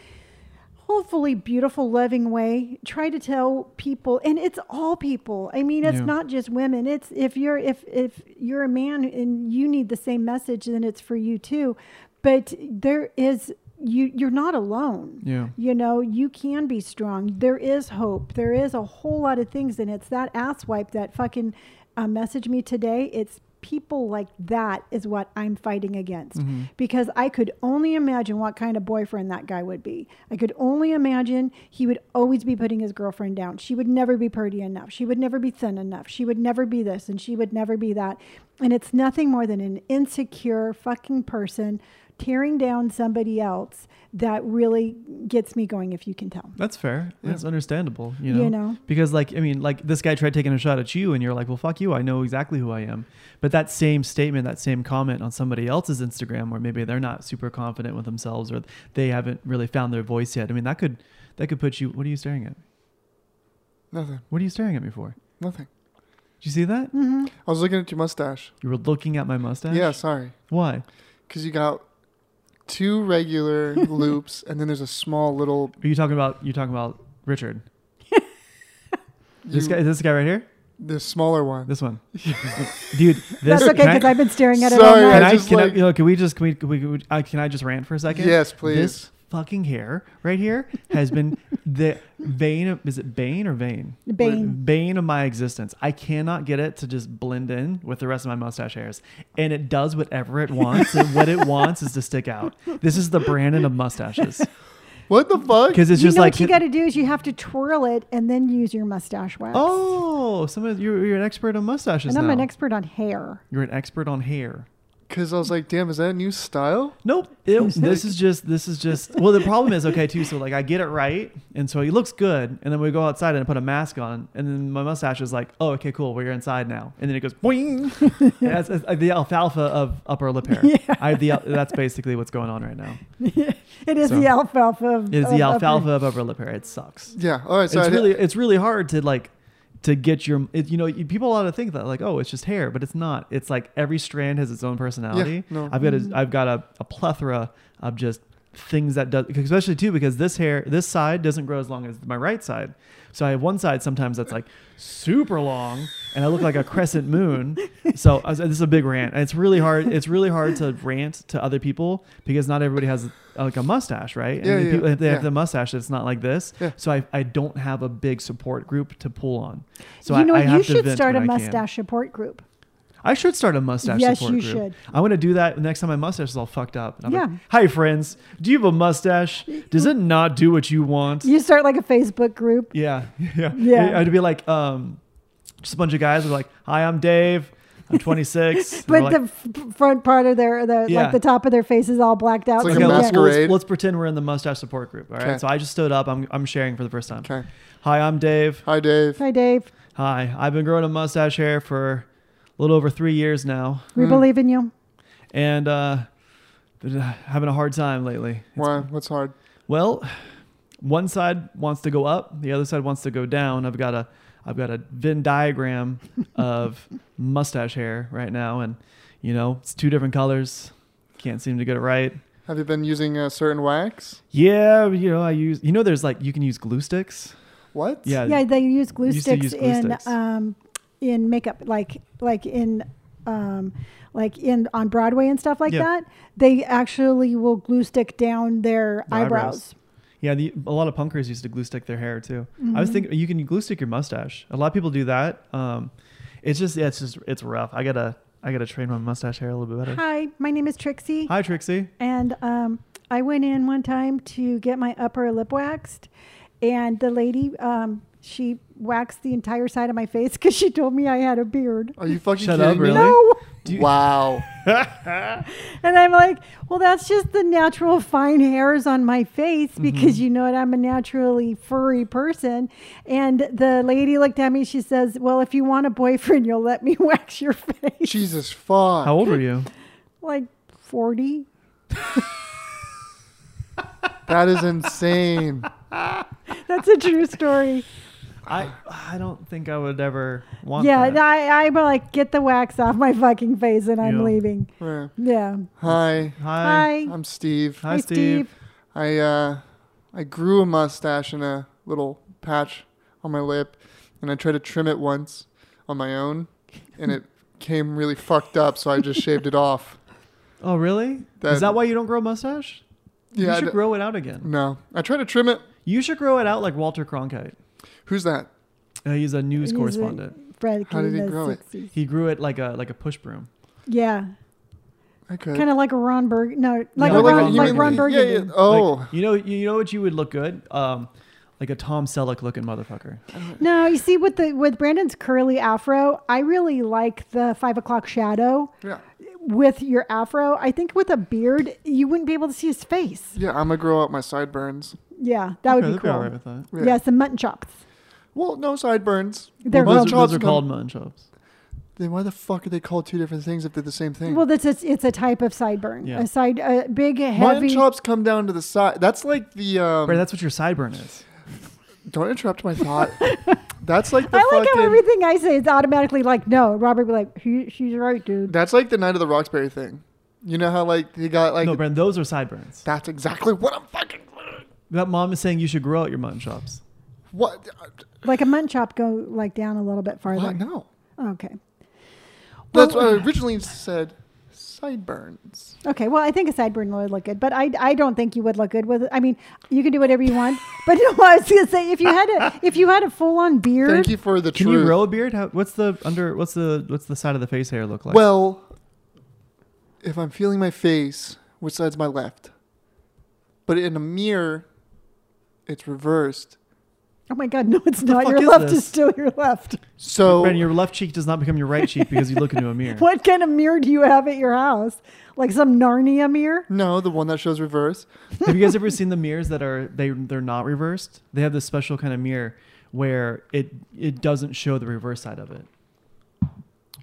hopefully beautiful, loving way, try to tell people, and it's all people. I mean, it's
Yeah.
not just women. It's if you're if if you're a man and you need the same message, then it's for you too. But there is you you're not alone.
Yeah.
You know, you can be strong. There is hope. There is a whole lot of things, and it's that ass wipe that fucking uh, messaged me today. It's people like that is what I'm fighting against
Mhm.
because I could only imagine what kind of boyfriend that guy would be. I could only imagine he would always be putting his girlfriend down. She would never be pretty enough. She would never be thin enough. She would never be this and she would never be that. And it's nothing more than an insecure fucking person tearing down somebody else that really gets me going if you can tell.
That's fair.
Yeah.
That's understandable. You know?
You know.
Because like I mean, like this guy tried taking a shot at you and you're like, Well fuck you, I know exactly who I am. But that same statement, that same comment on somebody else's Instagram where maybe they're not super confident with themselves or they haven't really found their voice yet. I mean that could that could put you what are you staring at?
Nothing.
What are you staring at me for?
Nothing.
Did you see that?
hmm
I was looking at your mustache.
You were looking at my mustache?
Yeah, sorry.
Why?
Because you got two
[laughs]
regular loops, and then there's a small little.
Are you talking about you talking about
[laughs]
Richard? This
you-
guy this guy right here?
the smaller one.
[laughs]
This one. Dude, this
That's okay
can I-
because I've been staring at it
Sorry,
all
Can
night.
I,
just
can,
like-
I, yo, can we just can we, can, we, can, we, I- can I just rant for a second?
Yes, please.
This fucking hair right here has been
[laughs]
the vein of is it bane or vein?
Bane.
Bane of my existence. I cannot get it to just blend in with the rest of my mustache hairs, and it does whatever it wants. and what it wants is to stick out. This is the Brandon
[laughs]
of mustaches
What the fuck?
because it's
you
just
know
like
what you got to do is you have to twirl it and then use your mustache wax.
oh, some of you're, you're an expert on mustaches.
and I'm
now.
an expert on
[laughs]
hair.
You're an expert on hair.
Because I was like, damn, is that a new style?
Nope.
[laughs]
Ew. this is just this is just well the problem is okay too, so like I get it right and so he looks good and then we go outside and I put a mask on and then my mustache is like, Oh, okay, cool, we're inside now. And then it
[laughs]
goes boing And that's, that's, uh, the alfalfa of upper lip hair.
Yeah.
I have the al- that's basically what's going on right now.
It is
So-
the alfalfa. Of,
It is
of-
the
of-
alfalfa of upper lip hair. It sucks.
Yeah. All right. So I
it's
did-
really it's really hard to like to get your it, you know you- people ought to think that like oh it's just hair but it's not it's like every strand has its own personality
no. Mm-hmm.
i've got a, i've got a, a plethora of just things that does especially too because this hair this side doesn't grow as long as my right side so i have one side sometimes that's like super long and i look like a crescent moon so I was- this is a big rant and it's really hard it's really hard to rant to other people because not everybody has uh, like a mustache right
Yeah,
and
yeah,
if people- if they
yeah.
have the mustache that's not like this
Yeah.
so I, I don't have a big support group to pull on. So
you know,
I, I
what?
have
you
to
should
vent
start a
when I can.
mustache support group.
I should start a mustache
Yes,
support
you
group.
should.
I want to do that next time my mustache is all fucked up. And I'm
Yeah.
like, Hi friends, do you have a mustache? Does it not do what you want?
You start like a Facebook group.
Yeah, [laughs] yeah,
Yeah.
I'd be like, um, just a bunch of guys are like, "Hi, I'm Dave.
[laughs]
I'm 26." And they're
But
like,
the f- front part of their, the
Yeah.
like the top of their face is all blacked out.
It's like
so
a
you can't-
let's,
masquerade.
let's- let's pretend we're in the mustache support group. All right.
Okay.
So I just stood up. I'm I'm sharing for the first time.
Okay.
Hi, I'm Dave.
Hi, Dave.
Hi, Dave.
Hi, I've been growing a mustache hair for a little over three years now,
We
Mm.
believe in you.
and uh, been uh, having a hard time lately.
Why? What's hard?
Well, one side wants to go up, the other side wants to go down. I've got a I've got a Venn diagram of mustache hair right now, and you know it's two different colors. Can't seem to get it right.
Have you been using a certain wax?
Yeah, you know I use you know there's like you can use glue sticks.
What?
Yeah,
Yeah, they use glue
used to
sticks
use glue
in
sticks.
um in makeup, like like in um like in on Broadway and stuff like
Yeah.
that. They actually will glue stick down their
The
eyebrows.
eyebrows. Yeah, the, a lot of punkers used to glue stick their hair too. I was thinking you can glue stick your mustache. A lot of people do that. Um, it's just yeah, it's just it's rough. I gotta I gotta train my mustache hair a little bit better.
Hi, my name is Trixie.
Hi, Trixie.
And um, I went in one time to get my upper lip waxed, and the lady, um, she waxed the entire side of my face because she told me I had a beard.
Are you fucking
Shut
kidding
up,
me?
really?
No,
Do you- [laughs]
Wow.
and I'm like, well, that's just the natural fine hairs on my face
Mm-hmm.
because you know what? I'm a naturally furry person. And the lady looked at me. She says, "Well, if you want a boyfriend, you'll let me [laughs] wax your face."
Jesus fuck.
How old were you?
like forty.
That is insane.
[laughs]
That's a true story.
I I don't think [laughs] I would ever want.
yeah,
that.
I, I will like get the wax off my fucking face and I'm
Yeah.
leaving.
Yeah.
Yeah.
Hi,
Hi.
Hi.
I'm Steve.
Hi, Steve.
I uh, I grew a mustache and a little patch on my lip, and I tried to trim it once on my own, and it came really fucked up, so I just shaved it off.
Oh, really? Is
That-
that why you don't grow a mustache?
Yeah,
you
I
should
d-
grow it out again.
No, I tried to trim it.
You should grow it out like Walter Cronkite.
Who's that?
Uh, he's a news
He's a-
correspondent.
Fred
How did he grow it?
it?
He grew it like a like a push broom.
Yeah.
I could.
Kind of like a Ron Burg. No, like a
Yeah, like a-
Ron,
you
like
mean-
Ron
yeah,
Burgundy.
Yeah, yeah. Oh,
Like, you know you know what you would look good? Um, like a Tom Selleck looking motherfucker.
No, you see with the with Brandon's curly afro, I really like the five o'clock shadow
yeah,
with your afro. I think with a beard, you wouldn't be able to see his face.
yeah. I'm gonna grow out my sideburns.
Yeah, that would
Okay,
be
that'd
cool.
all right with that.
Yeah.
Yeah, some mutton chops.
Well, no sideburns.
They're
Well, those,
real-
are,
chops
those are
come-
called mutton chops.
Then why the fuck are they called two different things if they're the same thing?
Well, that's it's, it's a type of sideburn.
Yeah.
A side, a big
Mutton
heavy.
chops come down to the side. That's like the. Um,
Right, that's what your sideburn is.
don't interrupt
[laughs]
my thought. that's like the
I like
fucking.
how everything I say is automatically like no. Robert would be like, he, she's right, dude.
That's like the night of the Roxbury thing. You know how like they got like
no, Brandon, those are sideburns.
that's exactly what I'm fucking.
That mom is saying you should grow out your mutton chops.
What?
Like a mutton chop, go like down a little bit farther.
what? No,
Okay.
that's uh,
Well-
what I originally said. Sideburns.
Okay, well, I think a sideburn would look good, but I, I don't think you would look good with. I mean, you can do whatever you want, [laughs] but you know what I was gonna say if you had a if you had a full on beard,
Thank you for the
Can
truth.
you grow a beard? How, what's the under? What's the what's the side of the face hair look like?
Well, if I'm feeling my face, which side's my left? But in a mirror, it's reversed.
oh my god, no, it's
the
not.
fuck
Your
is
left
this?
is still your left.
So
Brandon, your left cheek does not become your right cheek because you look into a mirror.
[laughs] What kind of mirror do you have at your house? Like some Narnia mirror?
no, the one that shows reverse.
Have you guys ever seen the mirrors that are they they're not reversed? They have this special kind of mirror where it it doesn't show the reverse side of it.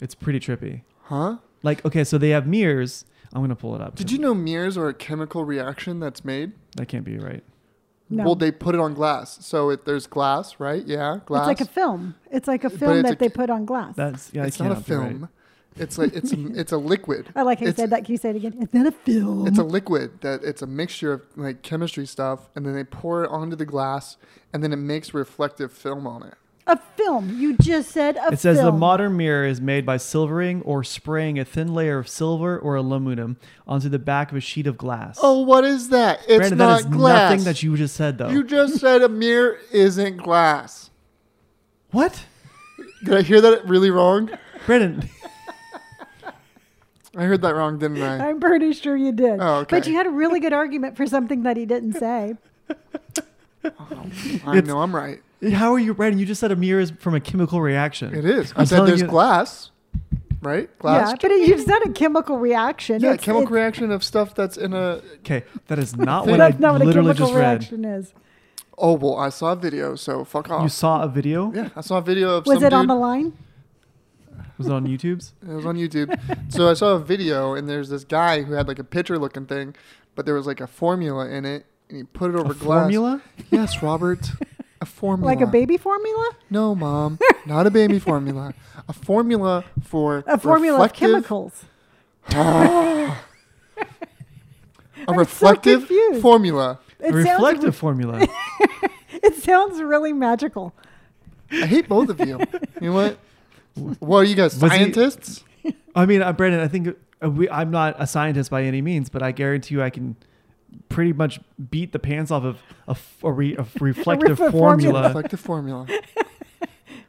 It's pretty trippy.
Huh?
Like okay, so they have mirrors. I'm gonna pull it up.
Did you know mirrors are a chemical reaction that's made?
that can't be right?
No,
Well, they put it on glass. So if there's glass, right? Yeah,
it's
glass.
like a film. It's like a
But
film
it's
that
a-
they put on glass.
That's yeah. it
it's not a
cannot be right.
film. It's like it's a, it's a liquid.
[laughs] I like how you
it's,
said that. Can you say it again? It's not a film.
It's a liquid that it's a mixture of like chemistry stuff, and then they pour it onto the glass, and then it makes reflective film on it.
a film. You just said a.
It says the
film.
modern mirror is made by silvering or spraying a thin layer of silver or aluminum onto the back of a sheet of glass.
Oh, what is that? It's
Brandon,
not
that is
glass.
nothing that you just said though.
You just said a mirror isn't glass.
[laughs] what,
Did I hear that really wrong?
Brandon? [laughs]
I heard that wrong, didn't I?
I'm pretty sure you did.
Oh, okay.
But you had a really good argument for something that he didn't say. [laughs]
I
It's-
know I'm right.
How are you, Brandon? You just said a mirror is from a chemical reaction.
It is. I
I'm
said
telling
there's
you-
glass, right? Glass.
Yeah, but it, you've said a chemical reaction.
Yeah,
It's-
chemical
it's-
reaction of stuff that's in a.
Okay,
[laughs]
that is not what I
That's not what a
literally
chemical
just read.
reaction is.
Oh well, I saw a video, so fuck off.
You saw a video?
yeah, I saw a video of
Was
some
it
dude,
on the line?
Was it
[laughs]
on YouTube's?
It was on YouTube. so I saw a video, and there's this guy who had like a pitcher-looking thing, but there was like a formula in it, and he put it over
a
glass.
formula?
Yes,
[laughs]
Robert. A formula.
Like a baby formula?
No, mom, not a baby formula. A formula for
A formula
reflective,
of
[gasps]
chemicals. [laughs]
A reflective
confused.
formula.
It
a reflective
sounds,
formula.
it sounds really magical.
I hate both of you. You know what? What are you guys
[laughs] Was he-
scientists?
I mean, uh, Brandon, I think uh, we, I'm not a scientist by any means, but I guarantee you I can pretty much beat the pants off of a, f-
[laughs]
a re, a f- reflective
Reflective
formula.
formula.
reflective formula.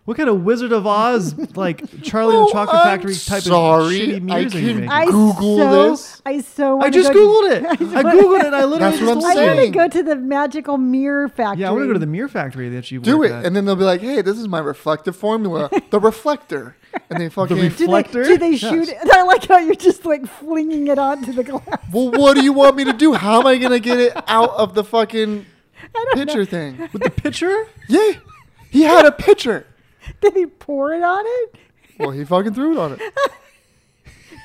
What kind of Wizard of Oz,
[laughs]
like Charlie and
Oh,
the Chocolate
I'm
Factory type
sorry.
of shitty
I
music
can-
you making?
I
Google
so,
this?
I so
I
wanna
just
go to- [laughs]
Googled it. I Googled it. and I literally
That's what I'm
just
I
told you.
want to
saying.
go to the magical mirror factory.
Yeah, I want to go to the Mirror Factory that you
Do
work
it,
at.
and then they'll be like, "Hey, this is my reflective formula, the reflector,"
[laughs]
and they fucking.
do they,
reflector?
do they
Yes.
shoot it? [laughs] I like how you're just like flinging it onto the glass. [laughs]
well, what do you want me to do? How am I gonna get it out of the fucking
I don't
pitcher thing?
with
[laughs]
the picture.
Yeah, he had a pitcher.
Did he pour it on it?
Well, he fucking threw it on it.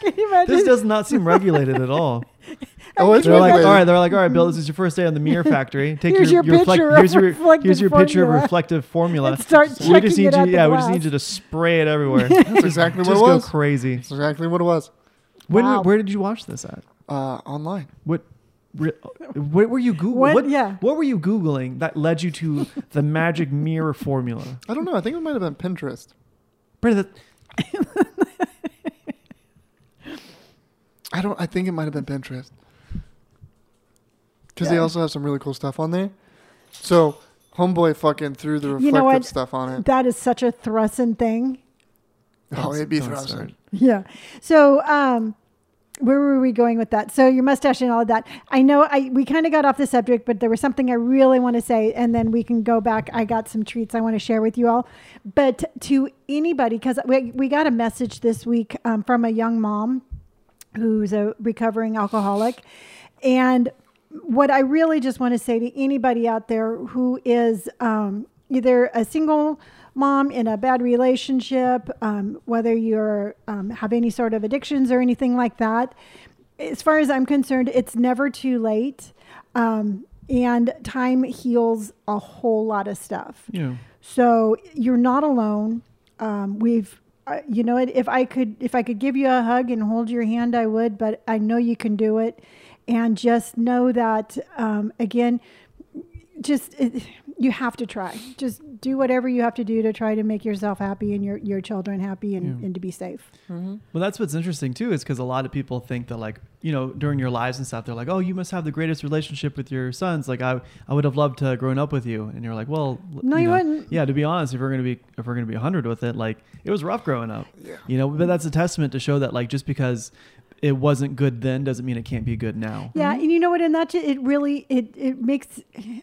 Can you imagine? [laughs]
This does not seem regulated at all.
Oh, it's
They're
Right
like,
away.
all right, they're like, all right, Bill, this is your first day on the
[laughs]
mirror factory. Take
Here's
your,
your picture of
here's your
reflective
here's your picture
formula.
of reflective
[laughs]
formula.
And start
we
checking
just need
it
you,
out the
yeah, we just
glass.
need you to spray it
[laughs]
everywhere.
That's exactly
just
what it
go
was.
crazy.
That's exactly what it was.
When,
Wow.
where did you watch this at?
Uh, online.
What? re- What were you googling?
What-
What,
yeah.
what were you googling that led you to
[laughs]
the magic mirror formula?
I don't know. I think it might have been Pinterest.
Brenda, that-
I don't. I think it might have been Pinterest. Because they
Yeah.
also have some really cool stuff on there. So, homeboy fucking threw the reflective
You know what?
stuff on it.
That is such a Thrussen thing.
oh,
Don't-
it'd be
don't
frozen.
start.
Yeah. So, um, where were we going with that? So your mustache and all of that. I know I we kind of got off the subject, but there was something I really want to say, and then we can go back. I got some treats I want to share with you all. But to anybody, because we we got a message this week um, from a young mom who's a recovering alcoholic, and what I really just want to say to anybody out there who is um, either a single mom in a bad relationship, um, whether you're um, have any sort of addictions or anything like that, as far as I'm concerned, it's never too late, um, and time heals a whole lot of stuff.
you know,
So you're not alone. Um, we've, uh, you know, what, if I could, if I could give you a hug and hold your hand, I would. But I know you can do it, and just know that um, again. Just it, you have to try. Just do whatever you have to do to try to make yourself happy and your, your children happy and,
Yeah.
and to be safe.
Well, that's what's interesting too, is because a lot of people think that like you know during your lives and stuff, they're like, oh, you must have the greatest relationship with your sons. Like I, I would have loved to have grown up with you, and you're like, well, l-
No, you
know,
wouldn't.
Yeah, to be honest, if we're gonna be if we're gonna be hundred with it, like it was rough growing up.
Yeah.
You know, but that's a testament to show that like just because it wasn't good then doesn't mean it can't be good now.
Yeah, and you know what? And that ju- it really it it makes,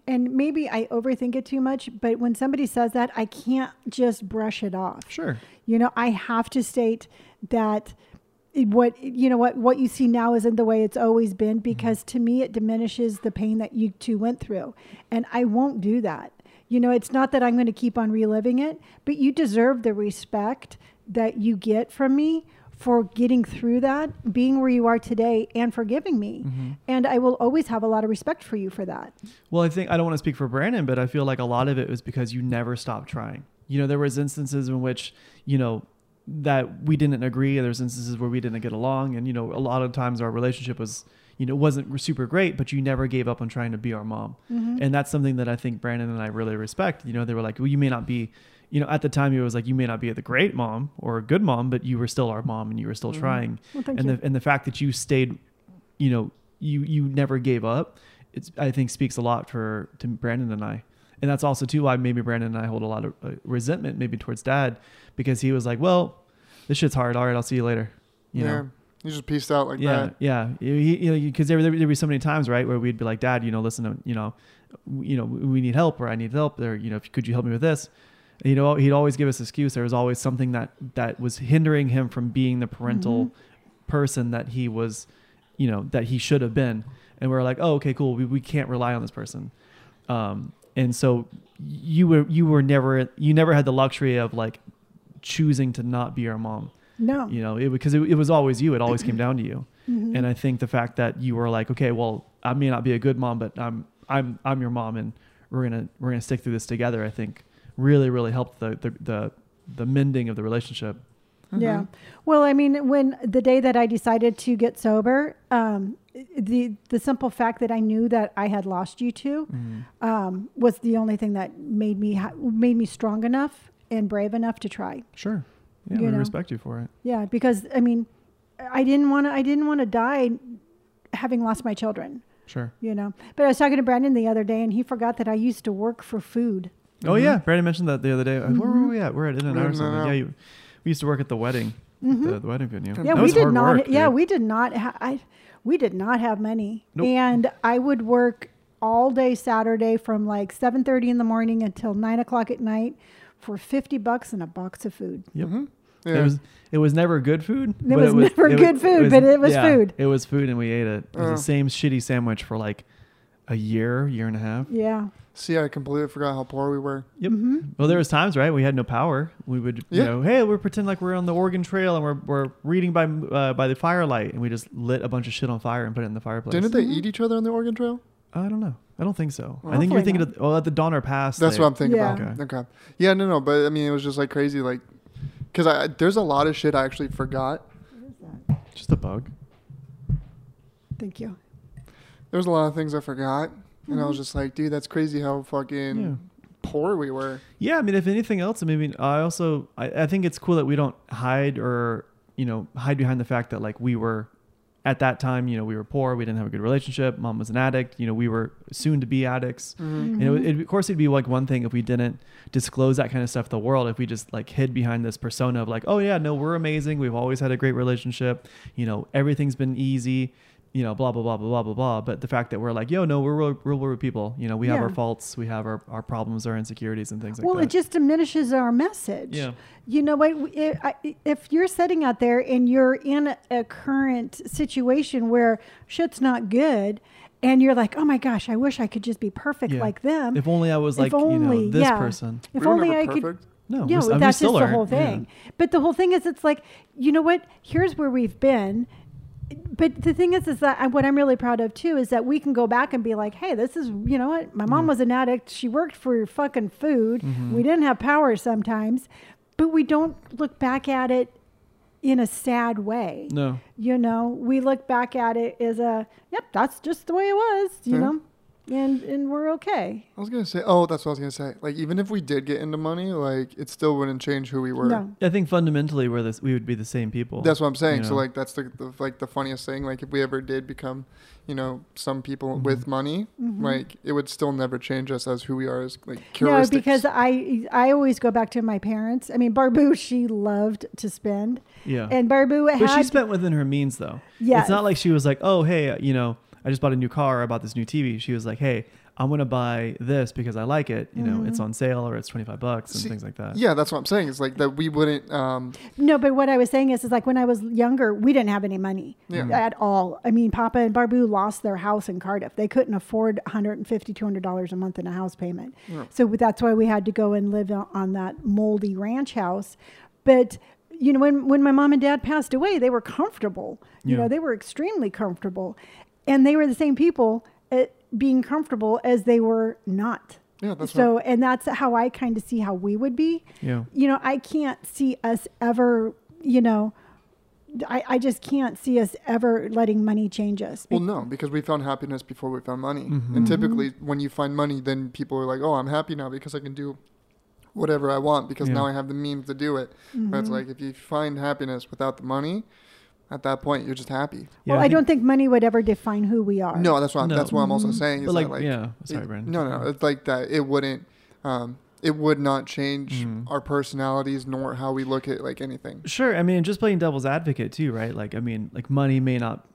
and maybe I overthink it too much. But when somebody says that, I can't just brush it off.
Sure.
You know, I have to state that what you know what what you see now isn't the way it's always been because to me it diminishes the pain that you two went through, and I won't do that. You know, it's not that I'm going to keep on reliving it, but you deserve the respect that you get from me for getting through that, being where you are today, and forgiving me. And I will always have a lot of respect for you for that.
Well, I think I don't want to speak for Brandon, but I feel like a lot of it was because you never stopped trying. You know, there was instances in which, you know, that we didn't agree. and There's instances where we didn't get along, and you know, a lot of times our relationship was, you know, wasn't super great. But you never gave up on trying to be our mom,
Mm-hmm.
and that's something that I think Brandon and I really respect. You know, they were like, well, you may not be. You know, at the time, it was like you may not be the great mom or a good mom, but you were still our mom and you were still trying.
Mm-hmm. Well, thank
and
you.
the and the fact that you stayed you know you you never gave up it's i think speaks a lot for to brandon and i and that's also too why maybe brandon and i hold a lot of uh, resentment maybe towards dad because he was like well this shit's hard all right i'll see you later you
yeah.
know
You just pieced out like
yeah
that.
yeah because there there there'd be so many times right where we'd be like dad you know listen you know w- you know we need help or i need help or you know if- could you help me with this you know he'd always give us excuse there was always something that that was hindering him from being the parental
Mm-hmm.
person that he was you know that he should have been and we're like oh okay cool we, we can't rely on this person um and so you were you were never you never had the luxury of like choosing to not be our mom
No.
you know it because it, it was always you it always came down
[clears throat]
to you
Mm-hmm.
and i think the fact that you were like okay well i may not be a good mom but i'm i'm i'm your mom and we're gonna we're gonna stick through this together i think really really helped the the the, the mending of the relationship
Yeah. Well, I mean, when the day that I decided to get sober, um, the the simple fact that I knew that I had lost you two
Mm-hmm.
um, was the only thing that made me ha- made me strong enough and brave enough to try.
sure yeah
You
we
know.
respect you for it
Yeah, because I mean, I didn't want to. I didn't want to die having lost my children.
sure
You know. But I was talking to Brandon the other day, and he forgot that I used to work for food.
oh
Mm-hmm.
yeah brandon mentioned that the other day Uh, where were we at we're at in and
We're
out or
at
something
In-N-Out.
yeah you, we used to work at the wedding the, the wedding venue
Mm-hmm. Yeah,
That
we
was
did
hard
not.
work,
yeah,
dude.
we did not. Ha- I we did not have money,
Nope.
and I would work all day Saturday from like seven thirty in the morning until nine o'clock at night for fifty bucks and a box of food.
yep
Yeah.
It was it was never good food. but
was never good food, but it was food.
It was food, and we ate it. It was
Uh.
the same shitty sandwich for like a year, year and a half.
Yeah.
See, I completely forgot how poor we were.
Yep. Well, there was times, right? We had no power. We would, you
Yeah.
know, hey, we're pretend like we're on the Oregon Trail and we're, we're reading by uh, by the firelight, and we just lit a bunch of shit on fire and put it in the fireplace.
Didn't they eat each other on the Oregon Trail?
I don't know. I don't think so. I think you're
Hopefully
thinking
not.
of well, at the Donner Pass.
That's
they-
what I'm thinking
Yeah.
about.
Okay.
Okay. Yeah, no, no, but I mean, it was just like crazy, like, because I there's a lot of shit I actually forgot.
What is that?
Just a bug.
Thank you.
There was a lot of things I forgot, and I
Mm-hmm.
was just like, dude, that's crazy how fucking
Yeah.
poor we were.
Yeah, I mean, if anything else, I mean, I also I, I think it's cool that we don't hide or you know hide behind the fact that like we were at that time, you know, we were poor, we didn't have a good relationship, mom was an addict, you know, we were soon to be addicts. And it, would- it, of course, it'd be like one thing if we didn't disclose that kind of stuff to the world, if we just like hid behind this persona of like, oh yeah, no, we're amazing, we've always had a great relationship, you know, everything's been easy. You know, blah blah blah blah blah blah blah. But the fact that we're like, yo, no, we're real, real world people. You know, we have
Yeah.
our faults, we have our, our problems, our insecurities, and things like
well,
that.
it just diminishes our message.
Yeah.
You know what? If, if you're sitting out there and you're in a, a current situation where shit's not good, and you're like, oh my gosh, I wish I could just be perfect
Yeah.
like them.
If only I was
um, If
like you know
only,
this
yeah.
person.
If
we were
only
never
I could.
perfect.
No,
yeah,
we, s-
well,
we
that's
still
just the
are.
whole
Yeah.
thing. But the whole thing is, it's like, you know what? Here's where we've been. But the thing is, is that I, what I'm really proud of too is that we can go back and be like, hey, this is, you know what? My mom was an addict. She worked for fucking food.
Mm-hmm.
We didn't have power sometimes, but we don't look back at it in a sad way.
No,
You know, we look back at it as a, yep, that's just the way it was, you
Yeah.
know, and, and we're okay.
I was gonna say, oh, that's what I was gonna say. Like, even if we did get into money, like, it still wouldn't change who we were.
No.
I think fundamentally we're this. We would be the same people.
That's what I'm saying.
you
So
know.
like, that's the, the like the funniest thing. Like, if we ever did become, you know, some people with money, like, it would still never change us as who we are as like.
Mm-hmm. No,
heuristics.
because I I always go back to my parents. I mean, Barbu, she loved to spend,
yeah.
and Barbu
but she
had
spent within her means though. It's
Yes.
not like she was like, oh hey, uh, you know, I just bought a new car. I bought this new TV. She was like, hey, I'm gonna buy this because I like it. You know,
Mm-hmm.
it's on sale or it's 25 bucks and
See,
things like that.
Yeah, that's what I'm saying. It's like that we wouldn't. Um,
no. But what I was saying is, is like when I was younger, we didn't have any money
Yeah.
at all. I mean, Papa and Barbu lost their house in Cardiff. They couldn't afford 150 200 dollars a month in a house payment, so that's why we had to go and live on- on that moldy ranch house. But you know, when when my mom and dad passed away, they were comfortable. You
Yeah.
know, they were extremely comfortable, and they were the same people at being comfortable as they were not.
Yeah, that's
so, and that's how I kind of see how we would be.
Yeah.
You know, I can't see us ever. You know, I, I just can't see us ever letting money change us.
well, no, because we found happiness before we found money,
Mm-hmm.
and typically when you find money, then people are like, "Oh, I'm happy now because I can do whatever I want because
Yeah.
now I have the means to do it." But
Mm-hmm.
it's like if you find happiness without the money, at that point you're just happy.
Yeah,
well, I,
think-
don't think money would ever define who we are.
No, that's what I'm,
No.
that's what I'm
Mm-hmm.
also saying.
But
is
like,
that, like
yeah. Sorry,
it-
Brandon.
No, no, it's like that. It wouldn't. Um, it would not change
Mm-hmm.
our personalities nor how we look at like anything.
Sure. I mean, just playing devil's advocate too, right? Like, I mean, like money may not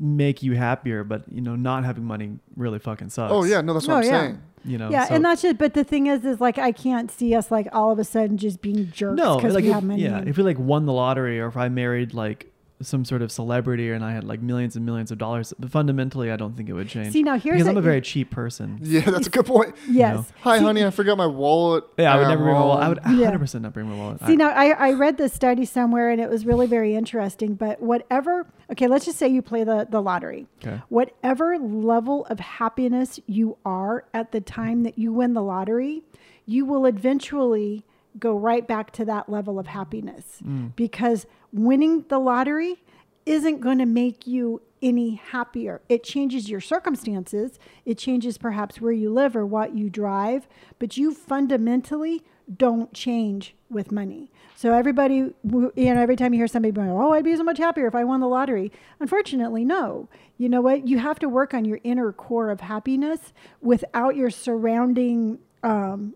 make you happier, but you know, not having money really fucking sucks.
Oh yeah, no, that's what
Oh,
I'm
yeah.
saying.
You know.
Yeah,
so-
and that's it. But the thing is, is like I can't see us like all of a sudden just being jerks
no,
because
like
we
if,
have money.
yeah.
and-
If we like won the lottery, or if I married like some sort of celebrity, and I had like millions and millions of dollars, but fundamentally, I don't think it would change.
See, now here's
because
a-
I'm a very cheap person.
Yeah, [laughs] that's a
[laughs]
good point.
yes.
Hi,
See-
honey, I forgot my wallet.
Yeah, I would
at
never bring my wallet. I would
home.
100
Yeah.
percent not bring my wallet.
See,
I-
now I, I read this study somewhere and it was really very interesting. But whatever, okay, let's just say you play the, the lottery.
Okay.
Whatever level of happiness you are at the time that you win the lottery, you will eventually go right back to that level of happiness because winning the lottery isn't going to make you any happier. It changes your circumstances, it changes perhaps where you live or what you drive, but you fundamentally don't change with money. So everybody, w- you know, every time you hear somebody going, "Oh, I'd be so much happier if I won the lottery," unfortunately, no. You know what? You have to work on your inner core of happiness without your surrounding um,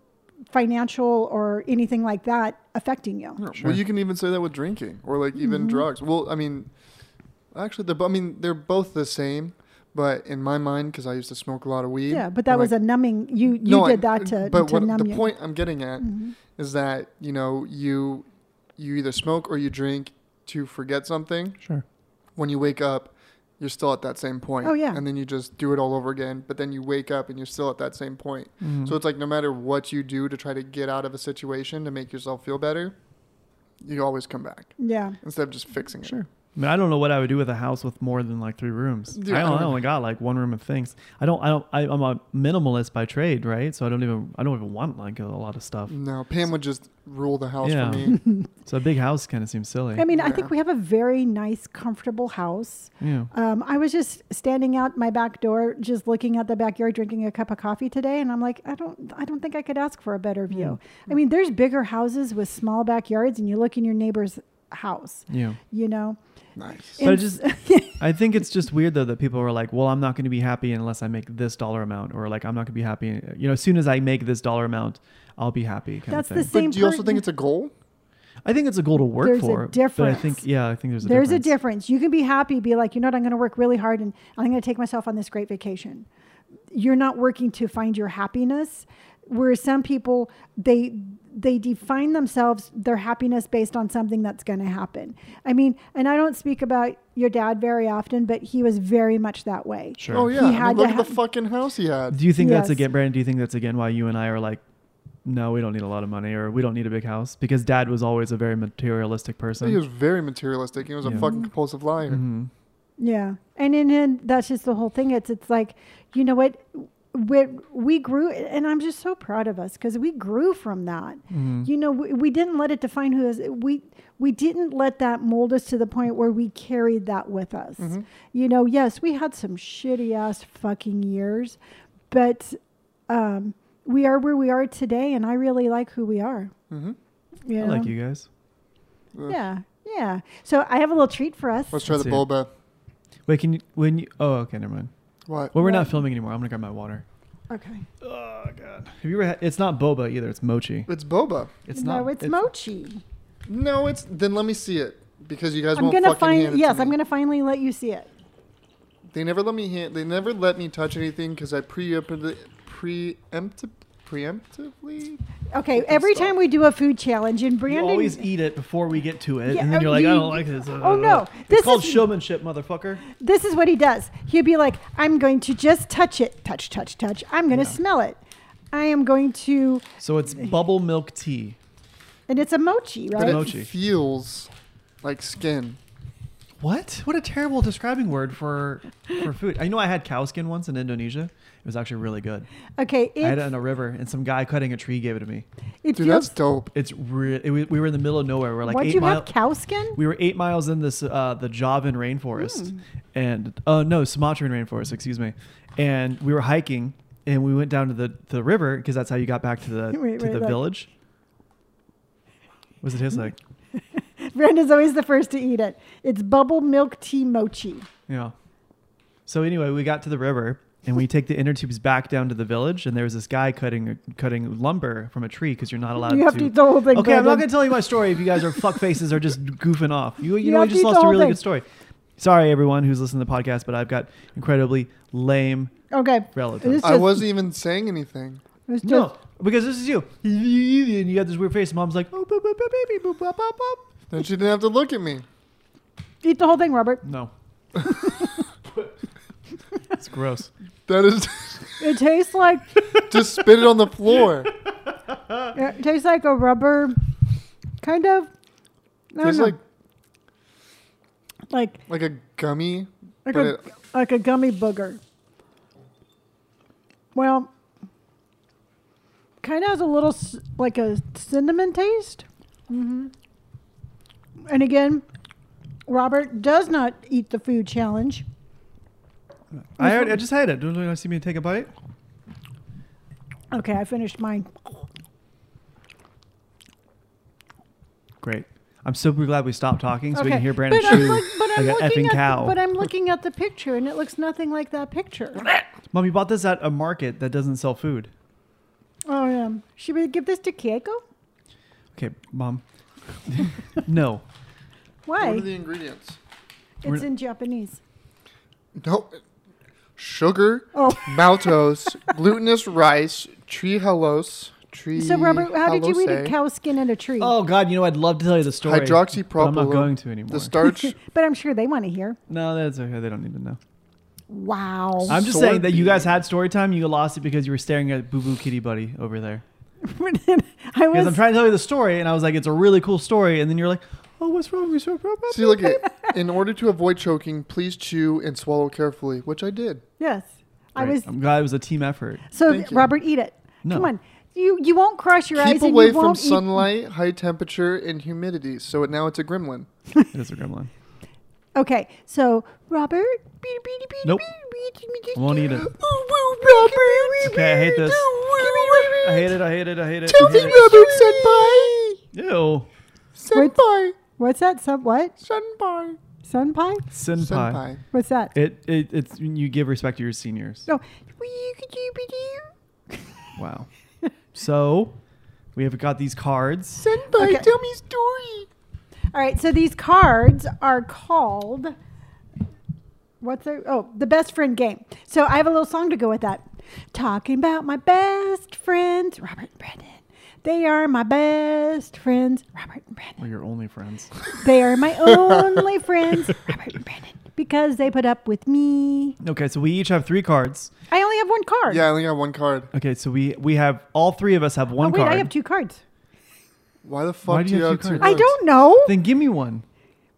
financial or anything like that affecting you.
Sure.
Well, you can even say that with drinking or like even
Mm-hmm.
drugs. Well, I mean, actually, they're, bo- I mean, they're both the same, but in my mind, because I used to smoke a lot of weed.
Yeah, but
I'm
that was
like,
a numbing. You you
no,
did
I-
that to
But
to
what
numb
the
you. Mm-hmm.
point I'm getting at is that you know you you either smoke or you drink to forget something.
sure.
When you wake up, you're still at that same point.
Oh, yeah.
And then you just do it all over again. But then you wake up and you're still at that same point.
Mm. Mm-hmm.
So it's like no matter what you do to try to get out of a situation to make yourself feel better, you always come back
Yeah.
instead of just fixing it.
Mm-hmm. Sure. I mean, I don't know what I would do with a house with more than like three rooms.
Dude,
I,
I
don't, I
don't-
only got like one room of things. I don't. I don't. I, I'm a minimalist by trade, right? So I don't even. I don't even want like a lot of stuff.
No, Pam would just rule the house
Yeah. [laughs]
for me.
So a big house kind of seems silly.
I mean, I
Yeah.
think we have a very nice, comfortable house.
yeah.
Um, I was just standing out my back door, just looking out the backyard, drinking a cup of coffee today, and I'm like, I don't, I don't think I could ask for a better
Hmm.
view. I mean, there's bigger houses with small backyards, and you look in your neighbor's house,
Yeah.
you know.
nice.
But I
And- [laughs]
just, I think it's just weird though that people are like, well, I'm not going to be happy unless I make this dollar amount, or like I'm not going to be happy. You know, as soon as I make this dollar amount, I'll be happy. Kind
That's
of
the
thing.
same
But do you also
person-
think it's a goal?
I think it's a goal to work
There's a
for. But I think,
difference.
yeah, I think there's a
there's
difference.
a difference. You can be happy, be like, you know what, I'm going to work really hard and I'm going to take myself on this great vacation. You're not working to find your happiness. Whereas some people, they they define themselves their happiness based on something that's going to happen. I mean, and I don't speak about your dad very often, but he was very much that way.
Sure.
Oh, yeah. I mean,
had to
look at the
have-
fucking house he had.
Do you think that's
Yes.
again, Brandon? Do you think that's again why you and I are like, no, we don't need a lot of money or we don't need a big house because Dad was always a very materialistic person.
He was very materialistic. He was
Yeah.
a fucking compulsive liar.
Mhm.
Yeah, and in and that's just the whole thing. It's it's like, you know what, we we grew, and I'm just so proud of us because we grew from that.
Mm-hmm.
You know, we, we didn't let it define who is we. We didn't let that mold us to the point where we carried that with us.
Mm-hmm.
You know, yes, we had some shitty ass fucking years, but um, we are where we are today, and I really like who we are.
Mhm.
You
I
know?
like you guys.
Ugh.
Yeah, yeah. So I have a little treat for us.
Let's try
Let's
the
see it.
boba.
Wait, can you? When you? Oh, okay, never mind.
What?
Well, we're not
What?
filming anymore. I'm gonna grab my water.
Okay.
Oh God. Have you ever? Had, it's not boba either. It's mochi.
It's boba.
It's
no,
not.
it's, mochi.
No, it's then let me see it because you guys
I'm
won't
gonna
fucking hand
find.
it
Yes,
to
I'm
me.
gonna finally let you see it.
They never let me hand. They never let me touch anything because I preempted preemptive preemptively.
Okay. Every
stop.
time we do a food challenge, and
You
Brandon,
always eat it before we get to it,
Yeah,
and then
oh,
you're like,
you-
I don't like this.
oh, no.
It's
This
called
is-
showmanship, motherfucker.
this is what he does. He'll be like, "I'm going to just touch it, touch, touch, touch. I'm gonna
Yeah.
smell it. I am going to."
So it's bubble milk tea.
And it's a mochi,
But
right?
Mochi.
it feels like skin.
What? What a terrible describing word for for food. I know I had cow skin once in Indonesia. It was actually really good.
Okay.
I had it
It,
in a river, and some guy cutting a tree gave it to me.
it
Dude,
feels.
that's dope.
It's re- it, we we were in the middle of nowhere. We're like
Why'd
eight
you
miles.
have cow skin? Hmm.
we were eight miles in this uh, the Javan rainforest, and uh, no Sumatran rainforest, excuse me. And we were hiking, and we went down to the the river because that's how you got back to the
[laughs] Wait,
to
wait,
the
look.
village. What's it taste like?
Brandon's always the first to eat it. It's bubble milk tea mochi.
Yeah. So anyway, we got to the river and we take the inner tubes back down to the village and there was this guy cutting cutting lumber from a tree because you're not allowed
You
to
have to eat the whole thing.
Okay, I'm not
Brandon.
going to tell you my story if you guys are fuck faces or just goofing off. You you,
You
know I
have to eat
just
the
lost a
whole
really
thing.
good story. Sorry everyone who's listening to the podcast, but I've got incredibly lame
Okay.
relatives.
It's
I
just-
wasn't even saying anything.
It was just-
No, because this is you. And you got this weird face. Mom's like, oh, boop, boop, boop, baby, boop, boop, boop, boop.
Then she didn't have to look at me.
Eat the whole thing, Robert.
No. it's gross.
That is [laughs]
It tastes
[laughs]
like
just spit it on the floor.
Yeah, it tastes like a rubber, kind of. I don't
Tastes
know,
like
like like
like a gummy.
like
but
a,
it-
like a gummy booger. Well, kind of has a little s- like a cinnamon taste. hmm
Mm-hmm.
And again, Robert does not eat the food challenge.
I, already, I just had it. Don't you want to see me take a bite?
Okay, I finished mine.
Great. I'm super glad we stopped talking so we
Okay,
can hear Brandon
but I'm
chew
look- but I'm
like an
looking
effing
at the-
cow.
but I'm looking at the picture, and it looks nothing like that picture.
Mom, you bought this at a market that doesn't sell food.
Oh yeah. Should we give this to Keiko?
Okay, Mom. [laughs] no.
Why?
What are the ingredients?
it's in Japanese.
No, sugar,
Oh. [laughs]
maltose, glutinous rice, tree halos, tree.
So Robert, how did you eat a
halosei.
cow skin and a tree?
Oh God, you know I'd love to tell you the story. but I'm not
Hydroxypropyl-
going to anymore.
[laughs]
The starch.
but I'm sure they want to hear.
no, that's okay. They don't even know.
Wow. [laughs]
I'm just saying that you
Sorbet.
guys had story time. You lost it because you were staring at Boo Boo Kitty Buddy over there.
I
Because I'm
was.
trying to tell you the story, and I was like, it's a really cool story, and then you're like, oh, what's wrong? You're so proud.
See, look at. In order to avoid choking, please chew and swallow carefully, which I did.
Yes. I
Great.
was.
I'm glad it was a team effort.
So
Thank you.
Robert, eat it.
Um, No.
Come on. You you won't cross your eyes
Keep
and
away
you
from
won't eat-
sunlight, high temperature, and humidity. So it, now it's a gremlin.
It is a gremlin.
Okay. So Robert.
Nope. Won't eat it. Okay, I hate this. I hate it. I hate it. I hate it. I hate it.
senpai.
Ew.
Senpai.
What's that? Sub what?
Senpai.
Sun pie?
Senpai.
Senpai.
What's that?
It, it it's you give respect to your seniors.
No. [laughs]
Wow. So we have got these cards.
Senpai,
Okay.
tell me story.
All right. So these cards are called. What's their? Oh, the best friend game. So I have a little song to go with that. Talking about my best friends, Robert and Brendan. They are my best friends, Robert and Brendan.
Well, your only friends.
They are my
[laughs]
only friends, Robert and Brendan, because they put up with me.
[laughs] Okay, so we each have three cards.
I only have one card.
Yeah, I only got one card.
Okay, so we we have all three of us have
Oh,
one
wait,
card.
I have two cards.
Why the fuck
Why do you have
have
two
two
cards?
I
cards?
don't know.
Then give me one.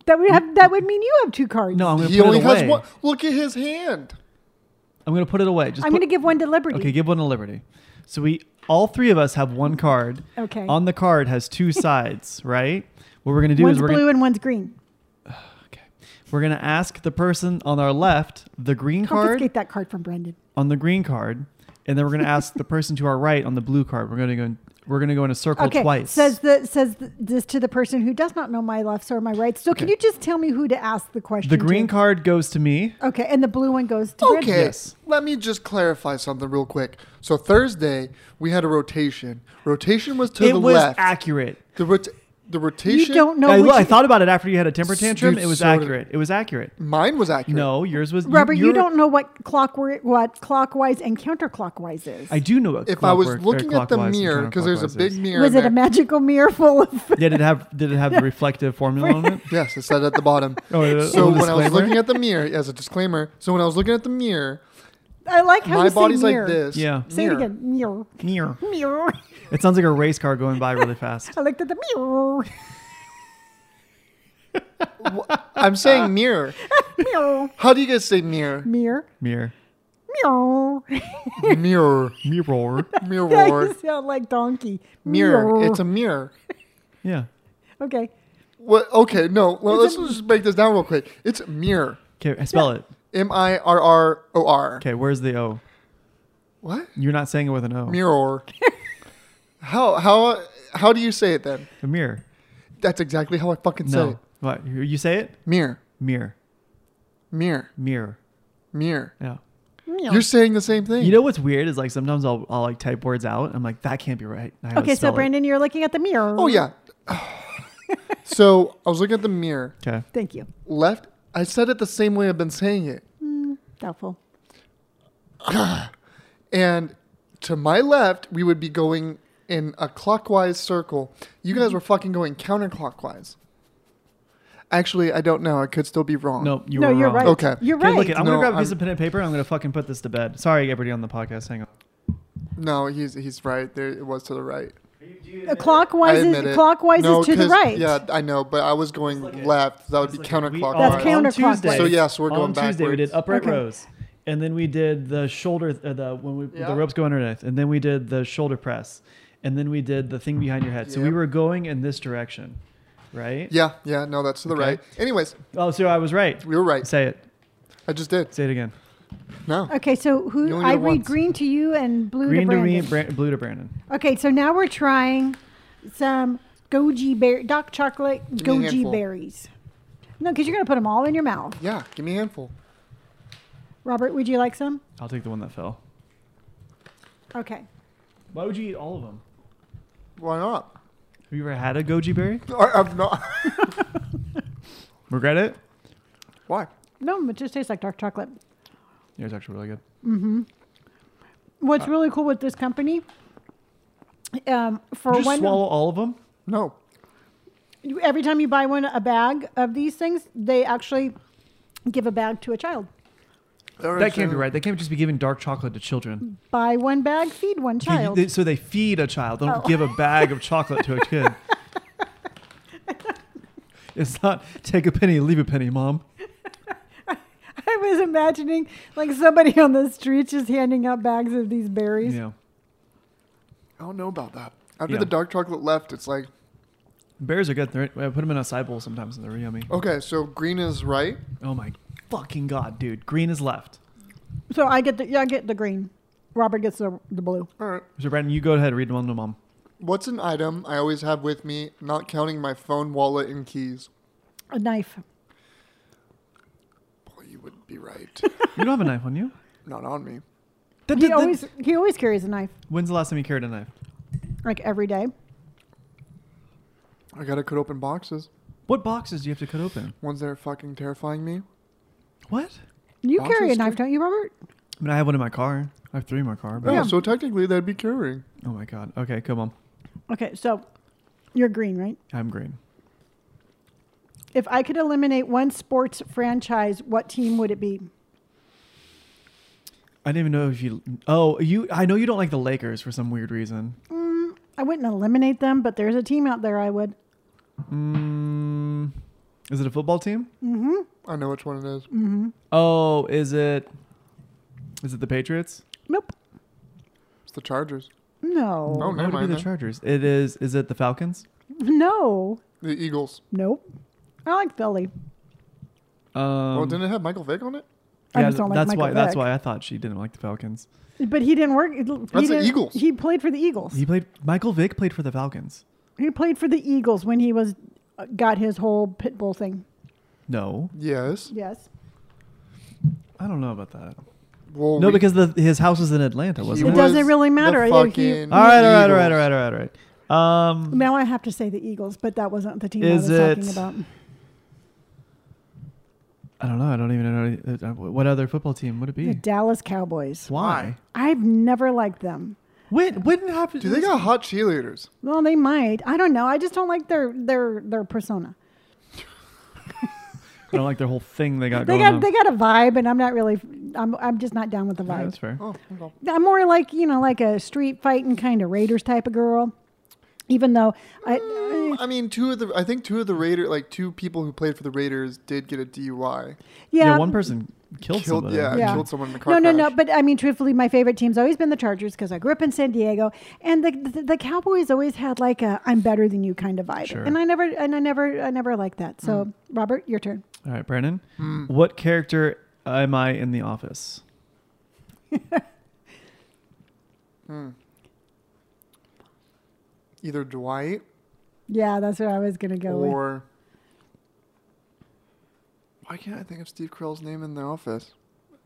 That would have that would mean you have two cards.
No, I'm gonna
He
put
only
it away.
has one. Look at his hand.
I'm gonna put it away. Just
I'm
put-
going to give one to Liberty.
Okay, give one to Liberty. So we all three of us have one card.
Okay.
On the card
[laughs]
has two sides, right? What we're gonna do
one's
is
blue
we're gonna,
and one's green.
okay. we're gonna ask the person on our left the green card
Confiscate that card from Brendan.
on the green card, and then we're gonna ask the person to our right on the blue card. We're gonna go. In, we're gonna go in a circle
Okay.
twice.
Says the says th- this to the person who does not know my lefts or my rights. So can
Okay.
you just tell me who to ask the question?
the green
to?
card goes to me.
Okay, and the blue one goes to
Okay,
Brendan.
Yes.
let me just clarify something real quick. So Thursday we had a rotation. Rotation was to
it
the
was
left.
accurate.
the rot- the rotation.
You don't know.
I,
which
I thought about it after you had a temper
S-
tantrum.
dude,
it was
so did-
accurate. It was accurate.
Mine was accurate.
No, yours was.
Robert, you,
your-
don't know what clockwise, what clockwise and counterclockwise is.
I do know what.
If I was
clockwork- or
looking at the
clockwise and
mirror because there's a
counterclockwise
big
is.
mirror.
was
in
it a
there.
magical mirror full of?
Yeah, did it have did
[laughs]
it have the reflective formula on it?
Yes, it said at the bottom.
Oh, yeah,
so
little
when I was
disclaimer.
looking at the mirror, as a disclaimer, so when I was looking at the mirror,
I like how
my
you say
body's
mirror.
like this.
Yeah.
Say
Mirror.
it again. Mirror.
Mirror.
Mirror.
It sounds like a race car going by really
[laughs]
fast.
I looked at the mirror.
I'm saying mirror.
Mirror.
How do you guys say mirror?
Mirror.
Mirror.
[laughs] Meow.
Mirror.
mirror.
[laughs] Yeah,
Mirror.
you sound like donkey.
Mirror. It's a mirror.
Yeah.
okay.
What? Okay, no. Well, let's just break this down real quick. It's mirror.
Okay, spell it.
M I R R O R.
Okay, where's the O?
What?
You're not saying it with an O.
Mirror. how how how do you say it then?
A mirror.
That's exactly how I fucking say it.
No. What? You you say it?
Mirror.
Mirror.
Mirror.
Mirror.
Mirror.
Yeah.
Meow.
You're saying the same thing.
You know what's weird is like sometimes I'll, I'll like type words out. I'm like, that can't be right. I gotta
okay, so
spell it.
Brandon, you're looking at the mirror.
[laughs]
oh yeah. so I was looking at the mirror.
Okay.
Thank you.
Left. I said it the same way I've been saying it.
Doubtful.
And to my left, we would be going in a clockwise circle. You guys were fucking going counterclockwise. Actually, I don't know. I could still be wrong.
No, you
no,
were
you're
wrong.
right.
Okay.
You're
Okay,
right.
look, it, I'm
No,
gonna grab a piece
I'm-
of pen and paper and I'm gonna fucking put this to bed. Sorry, everybody on the podcast. Hang on.
No, he's he's right. There it was to the right.
Uh, clockwise
I admit
is
it.
clockwise
No,
is to the
'cause-
right.
Yeah, I know, but I was going
Let's look at-
left. That would be
It's like we-
counterclockwise.
That's counter-
on
counterclockwise.
Tuesday.
So, yes, we're
on
going
Tuesday. We did
backwards.
upright
Okay.
rows, and then we did the shoulder, uh, the when we
Yeah.
the ropes go underneath, and then we did the shoulder press, and then we did the thing behind your head. So we
Yep.
were going in this direction, right?
Yeah, yeah, no, that's to the
Okay.
right. Anyways,
Oh, so I was right.
we were right.
Say it.
I just did.
Say it again.
No.
Okay, so
You
who
only
I
did
read
it once.
green to you and blue
Green
to
to
Brandon.
me, Bran- blue to Brandon.
okay, so now we're trying some goji berry, dark chocolate
Give me a
goji
handful.
berries. No, because you're gonna put them all in your mouth.
Yeah, give me a handful.
Robert, would you like some?
I'll take the one that fell.
Okay.
Why would you eat all of them?
Why not?
Have you ever had a goji berry?
I, I'm not. [laughs]
Regret it?
Why?
No, it just tastes like dark chocolate.
Yeah, it's actually really good. Uh,
What's really cool with this company um, for
Just
one
swallow all of them.
No.
you- every time you buy one a bag of these things, they actually give a bag to a child.
That can't be right. They can't just be giving dark chocolate to children.
Buy one bag, feed one
You- you-
child.
they- so they feed a child. Don't
Oh.
give a bag of chocolate to
[laughs]
a kid. it's not take a penny, leave a penny, mom.
[laughs] I was imagining like somebody on the street just handing out bags of these berries.
You know,
I don't know about that. After
Yeah.
the dark chocolate left, it's like
bears are good. They're, I put them in a side bowl sometimes, and they're yummy.
okay, so green is right.
Oh my fucking god, dude! Green is left.
So I get the yeah, I get the green. Robert gets the, the blue.
All right.
So Brandon, you go ahead and read one to mom.
What's an item I always have with me, not counting my phone, wallet, and keys?
A knife.
Boy, you would
[laughs]
be right.
You don't have a knife on you.
not on me.
That-
He
that- that-
always he always carries a knife
when's the last time you carried a knife?
like every day.
I gotta cut open boxes.
What boxes do you have to cut open?
Ones that are fucking terrifying me.
What?
You
Boxes
carry a
too?
knife, don't you, Robert?
I mean, I have one in my car. I have three in my car. But
Oh,
Yeah.
so technically that'd be curing.
Oh my god. Okay, come on.
Okay, so you're green, right?
I'm green.
If I could eliminate one sports franchise, what team would it be?
I didn't even know if you. Oh, you. I know you don't like the Lakers for some weird reason.
Mm, I wouldn't eliminate them, but there's a team out there I would.
Mm, is it a football team?
Mm-hmm.
I know which one it is.
Mm-hmm.
Oh, is it? Is it the Patriots?
Nope.
It's the Chargers.
No.
Oh,
Why
never
would it be
mind
the
then.
Chargers. It is. Is it the Falcons?
No.
The Eagles.
Nope. I like Philly.
Um,
well, Oh, didn't it have Michael Vick on it?
I
yeah,
just don't like
that's
Michael
why. That's
Vick.
why I thought she didn't like the Falcons.
But he didn't work. he
the
didn't-
Eagles.
He played for the Eagles.
He played. Michael Vick played for the Falcons.
He played for the Eagles when he was uh, got his whole pit bull thing.
No,
Yes.
Yes.
I don't know about that.
Well,
no,
we-
because the, his house was in Atlanta,
he
wasn't it?
It doesn't
was
really
the
matter. He-
fucking
All right, all right, all right, all
Eagles.
right, all right, all right. Um,
Now I have to say the Eagles, but that wasn't the team
Is
I was talking
it-
about.
I don't know. I don't even know uh, what other football team would it
The
be.
Dallas Cowboys.
Why?
I've never liked them.
When? When happened?
Do they got hot cheerleaders?
Well, they might. I don't know. I just don't like their their their persona.
I don't like their whole thing. They got.
They
going
got
on.
they got a vibe, and I'm not really. I'm I'm just not down with the
Yeah,
vibe.
that's fair.
Oh, okay.
I'm more like you know like a street fighting kind of Raiders type of girl. Even though I, uh,
Mm, I mean, two of the I think two of the Raider like two people who played for the Raiders did get a DUI.
yeah,
one person killed, somebody.
yeah,
Yeah.
killed someone in the car.
No, no, no.
crash.
But I mean, truthfully, my favorite team's always been the Chargers because I grew up in San Diego, and the, the the Cowboys always had like a "I'm better than you" kind of vibe,
Sure. Mm.
and I never, and I never, I never liked that. So, Robert, your turn.
All right, Brandon.
Hmm.
What character am I in The Office?
Hmm. Either Dwight
Yeah, that's what I was gonna go with.
or why can't I think of Steve Carell's name in the office?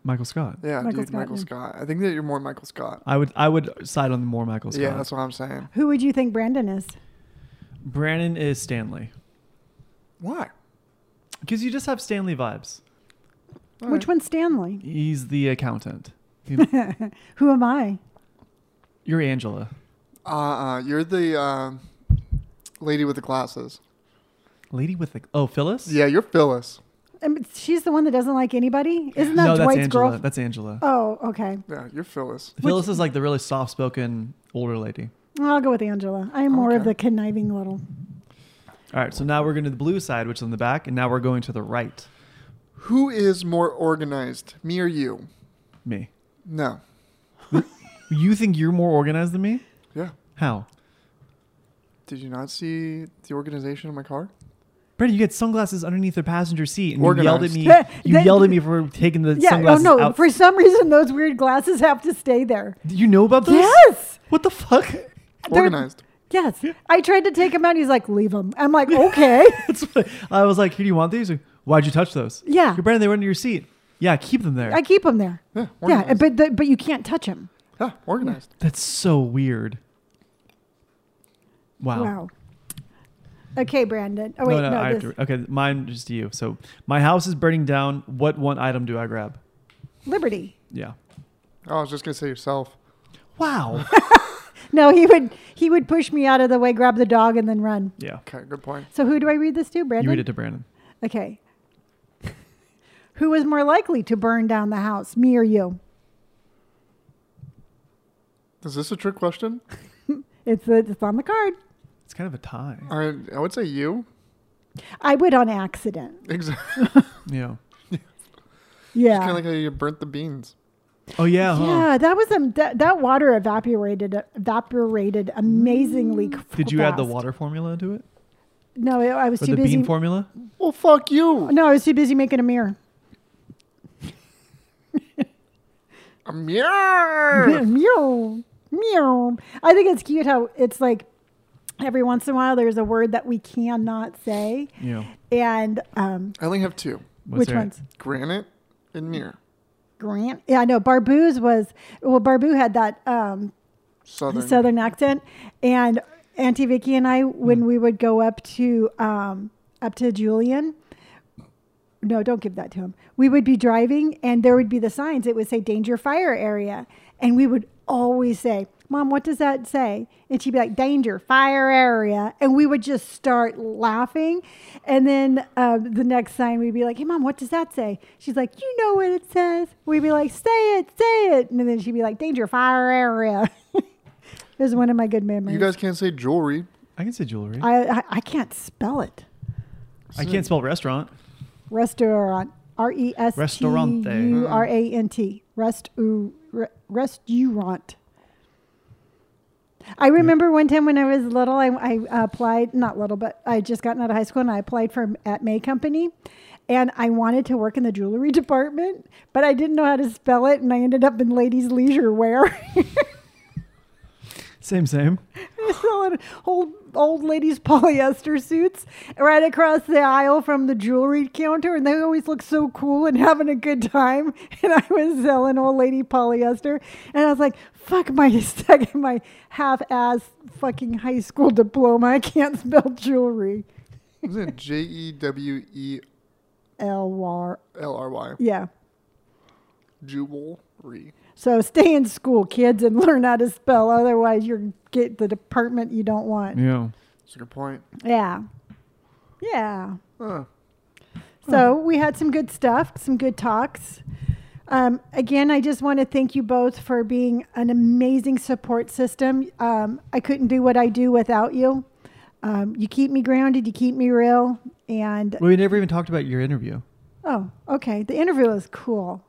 Michael Scott.
Yeah,
Michael
dude,
Scott,
Michael
yeah.
Scott. I think that you're more Michael Scott.
I would. I would side on more Michael Scott.
Yeah, that's what I'm saying.
Who would you think Brandon is?
Brandon is Stanley
Why?
because you just have Stanley vibes.
All
Which
right.
one's Stanley?
He's the
[laughs]
accountant. He-
[laughs] Who am I?
You're Angela,
Uh, uh you're the um lady with the glasses.
lady with the. Oh, Phyllis.
Yeah, you're Phyllis.
Um, she's the one that doesn't like anybody. Isn't that
no, that's
Dwight's
Angela.
girl?
That's Angela.
Oh, okay.
Yeah, you're Phyllis.
Phyllis is like the really soft-spoken older lady.
I'll go with Angela. I am more of
Okay.
the conniving little.
All right, so now we're going to the blue side, which is on the back, and now we're going to the right.
Who is more organized, me or you?
Me.
No.
You think you're more organized than me?
Yeah.
How?
Did you not see the organization in my car?
Brandon, you had sunglasses underneath the passenger seat, and
Organized.
you yelled at me. You
That-
yelled at me for taking the
Yeah. Oh
sunglasses
no.
out.
For some reason, those weird glasses have to stay there.
Do you know about this?
Yes.
What the fuck?
They're-
Organized.
Yes. I tried to take him out. He's like, leave him. I'm like,
[laughs]
okay.
That's what- I was like, "Here, do you want these?" Like, Why'd you touch those?
Yeah.
You're Brandon. They were under your seat. Yeah, keep them there.
I keep him there.
Yeah,
Yeah,
organized.
but the, but you can't touch him.
Yeah, organized.
That's so weird. Wow.
Wow. Okay, Brandon. Oh
no,
wait,
no,
no,
I have
this.
to, okay, mine just you. So my house is burning down. What one item do I grab?
Liberty.
Yeah.
Oh, I was just gonna say yourself.
Wow.
No, he would he would push me out of the way, grab the dog, and then run.
[laughs] Yeah.
Okay, good point.
So who do I read this to, Brandon?
You read it to Brandon.
Okay. [laughs] Who was more likely to burn down the house, me or you?
Is this a trick question?
It's it's on the card.
It's kind of a tie.
I I would say you. [laughs]
I would on accident.
Exactly.
Yeah.
Yeah.
kind of like how you burnt the beans.
Oh yeah. Huh?
yeah, that was um, that, that water evaporated evaporated amazingly. c-
Did you add the
fast.
water formula to it,
No, I I was
or
too
the
busy.
bean formula?
Well, fuck you.
no, I was too busy making a mirror.
Amir.
[laughs] meow, meow. I think it's cute how it's like every once in a while there's a word that we cannot say,
Yeah.
and um,
I only have two:
What's
which
there?
ones?
granite and mirror.
Grant. Yeah, I know. Barbu's was well. Barbu had that um,
Southern.
southern accent, and Auntie Vicky and I, when we would go up to um, up to Julian. No, don't give that to him. We would be driving, and there would be the signs. It would say "danger fire area," and we would always say, "Mom, what does that say?" And she'd be like, "Danger fire area," and we would just start laughing. And then uh, the next sign, we'd be like, "Hey, Mom, what does that say?" She's like, "You know what it says." We'd be like, "Say it, say it," and then she'd be like, "Danger fire area." [laughs] This is one of my good memories.
You guys can't say jewelry.
I can say jewelry. I,
I, I I can't spell it.
can't spell restaurant.
Restaurant. R E S T
Restaurante.
U R A N T. Rest u- re- restaurant. I remember one time when I was little, I, I applied, not little, but I had just gotten out of high school and I applied for at May Company. And I wanted to work in the jewelry [laughs] department, but I didn't know how to spell it. And I ended up in ladies' leisure wear. [laughs]
Same, same.
selling old old ladies [laughs] polyester suits right across the aisle from the jewelry counter and they always look so cool and having a good time [laughs] and i was selling old lady polyester and i was like fuck my [laughs] second my half-ass fucking high school diploma i can't spell jewelry
Isn't it J E W E
l-r
L R Y?
yeah
Jewelry.
so stay in school kids and [laughs] learn how to spell otherwise you're get the department you don't want
Yeah.
That's a good point.
yeah yeah
Huh.
So we had some good stuff, some good talks. Um, again, I just want to thank you both for being an amazing support system. Um, I couldn't do what I do without you. Um, you keep me grounded, you keep me real, and
Well, we never even talked about your interview.
oh, okay, the interview is cool.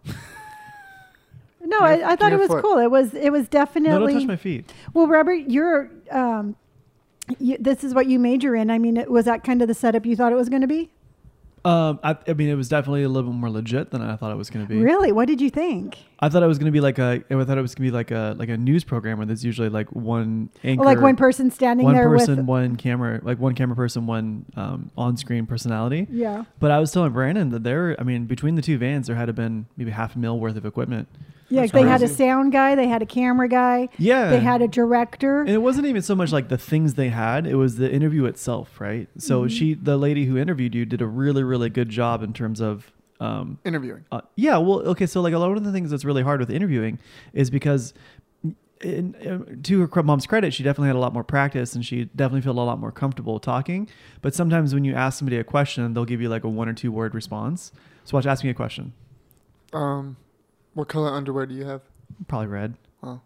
No,
Your-
I, I thought it
your
was
foot.
cool. It was it was
No, don't
definitely
touch my feet.
well, Robert, you're um, you, this is what you major in. I mean, it, was that kind of the setup you thought it was going to be?
Um, I, I mean, it was definitely a little bit more legit than I thought it was going to be.
Really? What did you think?
I thought it was going to be like a. I thought it was going to be like a like a news program where there's usually like one anchor,
Well, Oh, like one person standing
one
there
person,
with
one camera, like one camera person, one um, on-screen personality.
yeah
But I was telling Brandon that there, I mean, between the two vans, there had to been maybe half a mil worth of equipment.
yeah
That's
they had a
crazy.
sound guy they had a camera guy
Yeah,
they had a director
And it wasn't even so much like the things they had; it was the interview itself, right?
Mm-hmm.
So she, the lady who interviewed you, did a really, really good job in terms of um,
Interviewing.
Uh, yeah, well, okay. So like a lot of the things that's really hard with interviewing is because, in, in- to her cr- mom's credit, she definitely had a lot more practice and she definitely felt a lot more comfortable talking. But sometimes when you ask somebody a question, they'll give you like a one or two word response. So watch, ask me a question.
Um, what color underwear do you have?
Probably red.
Wow.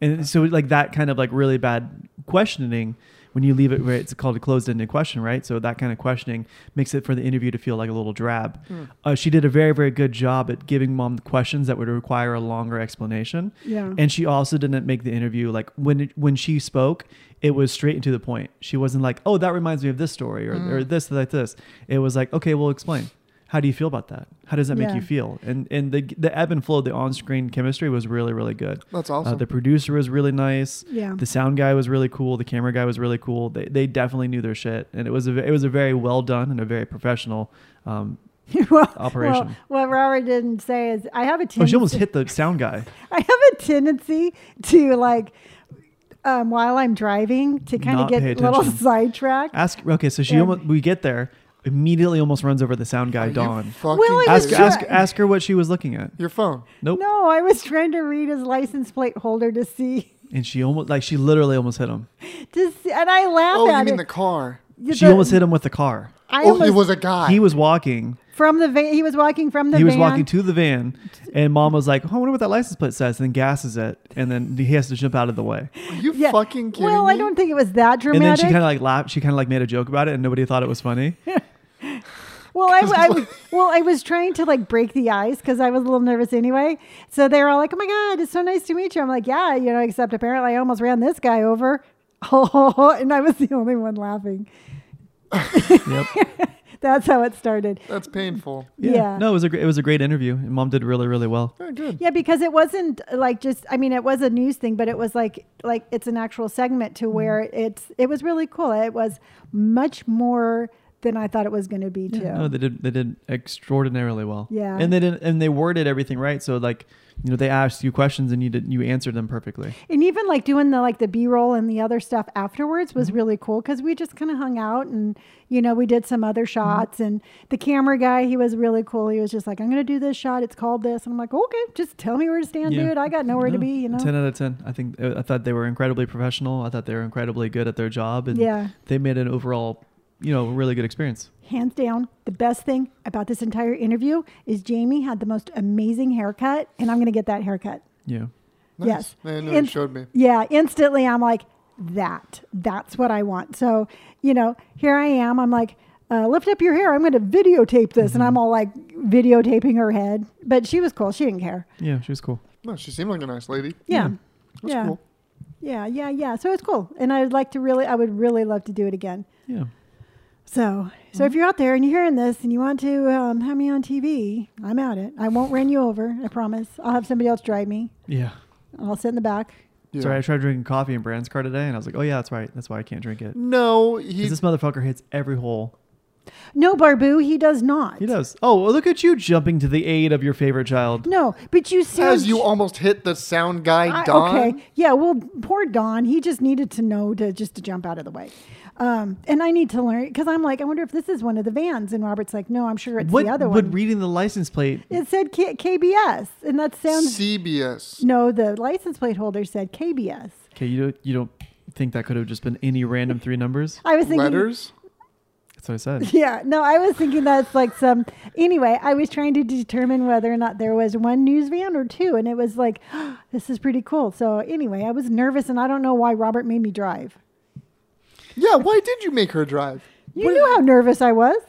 And so like that kind of like really bad questioning when you leave it where it's called a closed-ended question, right? So that kind of questioning makes it for the interview to feel like a little drab. Uh, she did a very, very good job at giving mom questions that would require a longer explanation.
yeah
And she also didn't make the interview like when it, when she spoke, it was straight and to the point. She wasn't like, "Oh, that reminds me of this story or, or this like this." It was like, "Okay, well, explain. How do you feel about that? How does that make
Yeah.
you feel?" And and the the ebb and flow, of the on screen chemistry was really really good.
That's
Uh,
awesome.
the producer was really nice.
yeah [laughs]
The sound guy was really cool. The camera guy was really cool. They, they definitely knew their shit, and it was a ve- it was a very well done and a very professional. Um,
well,
operation.
well, what robert didn't say is i have a
oh,
tendency
she almost hit the sound guy.
i have a tendency to like um, while i'm driving to kind of
Not
get
pay
a little
attention.
sidetracked
Ask okay, so she
And-
almost we get there immediately, almost runs over the sound guy,
Are you
Dawn.
fucking
Well, I was
Ask
kidding?
try-
ask ask her what she was looking at.
your phone.
Nope.
no i was trying to read his license plate holder to see [laughs]
and she almost like she literally almost hit him.
Just, and I laugh
Oh,
at
you mean
it.
the car?
She almost hit him with the car.
I
oh,
almost,
it was a guy.
He was walking.
from the van. He was walking from the
He
van.
was walking to the van, and mom was like, "Oh, I wonder what that license plate says." And then gasses it, and then he has to jump out of the way.
Are you
Yeah.
fucking kidding
well,
me?
I don't think it was that
And then
dramatic.
she kind of like laughed. She kind of like made a joke about it, and nobody thought it was
[laughs]
funny.
Well, I,
[laughs]
I was, well, I was trying to like break the ice because I was a little nervous anyway. So they were all like, "Oh my god, it's so nice to meet you." I'm like, "Yeah, you know." Except apparently, I almost ran this guy over, [laughs] and I was the only one laughing.
Yep.
[laughs] That's how it started. [laughs]
That's painful.
Yeah.
Yeah.
No, it was a gr- it was a great interview, and mom did really really well.
Yeah, good.
Yeah, because it wasn't like just. I mean, it was a news thing, but it was like like it's an actual segment
Mm-hmm.
to where it's. It was really cool. It was much more than I thought it was going to be too.
No, they did they did extraordinarily well.
Yeah.
And they did and they worded everything right. So like, you know, they asked you questions and you did you answered them perfectly.
and even like doing the like the b-roll and the other stuff afterwards was
Mm-hmm.
really cool because we just kind of hung out and you know we did some
Mm-hmm.
other shots and the camera guy he was really cool he was just like i'm gonna do this shot it's called this and i'm like okay just tell me where to stand
Yeah.
dude i got nowhere to
No,
be you know
Ten out of ten. I think I thought they were incredibly professional. I thought they were incredibly good at their job, and
Yeah.
they made an overall, you know, really good experience.
hands down the best thing about this entire interview is jamie had the most amazing haircut and i'm gonna get that haircut
Yeah.
Nice.
Yes.
I know
And-
it showed me.
Yeah, instantly I'm like, that, that's what I want. So, you know, here I am. I'm like, uh, lift up your hair. I'm going to videotape this. And I'm all like videotaping her head. But she was cool. She didn't care.
Yeah, she was cool.
No, she seemed like a nice lady.
Yeah.
Yeah.
That's
yeah.
cool.
Yeah. Yeah. Yeah. So it's cool. And I'd like to really, I would really love to do it again.
Yeah.
So, so if you're out there and you're hearing this and you want to um, have me on TV, I'm at it. I won't run you over. I promise. I'll have somebody else drive me.
Yeah.
I'll sit in the back.
Yeah.
Sorry, I tried drinking coffee in Brand's car today, and I was like, oh yeah, that's right. That's why I can't drink it.
Mm.
'Cause
No, he.
this motherfucker hits every hole.
No, Barboo, he does not.
He does. Oh, well, look at you jumping to the aid of your favorite child.
No, but you sound
As you almost hit the sound guy,
I-
Don.
Okay. Yeah. Well, poor Don. He just needed to know to just to jump out of the way. Um, and I need to learn because I'm like, I wonder if this is one of the vans. And Robert's like, No, I'm sure it's
What
the other
would
one.
reading the license plate?
it said K- KBS, and that sounds.
CBS.
no, the license plate holder said KBS.
Okay, you don't, you don't think that could have just been any random three numbers?
I was thinking.
Letters?
That's what I said.
Yeah, no, I was thinking that's like some. Anyway, I was trying to determine whether or not there was one news van or two, and it was like, [gasps] this is pretty cool. So anyway, I was nervous, and I don't know why Robert made me drive.
Yeah, why did you make her drive?
You knew how nervous I was.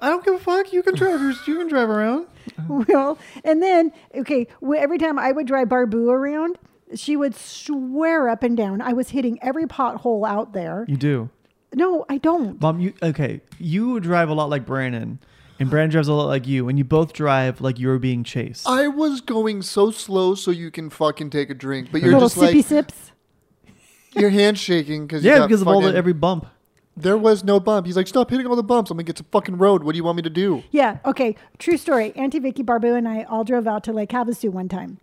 I don't give a fuck. You can drive. You can drive around.
[laughs] Well, and then okay, wh- every time I would drive Barbu around, she would swear up and down I was hitting every pothole out there.
You do.
No, I don't.
Mom, you okay? You drive a lot like Brandon, and Brandon drives a lot like you, and you both drive like you're being chased.
I was going so slow so you can fucking take a drink, but you're
Little
just
sippy
like
sips.
your hand's shaking because
yeah, because of all the
fucking-
every bump.
there was no bump. He's like, stop hitting all the bumps. I'm gonna get to fucking road. What do you want me to do?
Yeah. Okay. True story. Auntie Vicky, Barbu, and I all drove out to Lake Havasu one time.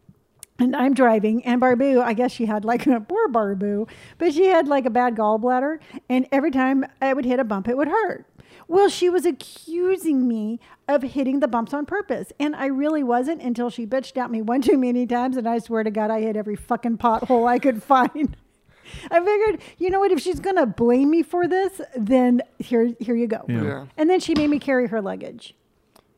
And I'm driving, and Barbu, I guess she had like [laughs] a poor Barbu, but she had like a bad gallbladder. And every time I would hit a bump, it would hurt. Well, she was accusing me of hitting the bumps on purpose. And I really wasn't until she bitched at me one [laughs] too many times. And I swear to God, I hit every fucking pothole I could [laughs] find. I figured, you know what? If she's going to blame me for this, then here, here you go.
Yeah.
Yeah,
And then she made me carry her luggage.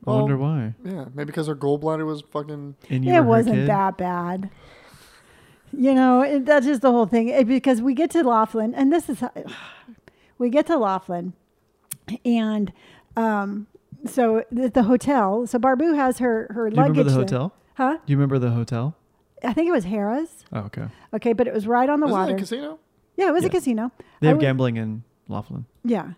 I
Well,
wonder why.
yeah. Maybe because her gallbladder was fucking.
And you were
it
her
wasn't
kid?
that bad. You know, it, that's just the whole thing. It- because we get to Laughlin, and this is, how, [sighs] we get to Laughlin, and um, so the, the hotel. So Barbu has her her
Do you
luggage.
remember the
there.
hotel?
Huh?
Do you remember the hotel?
I think it was Harrah's.
Oh, okay.
Okay, but it was right on the
Wasn't that
water.
a casino?
yeah, it was a
Yeah.
casino.
They
I
have
would-
gambling in Laughlin.
Yeah.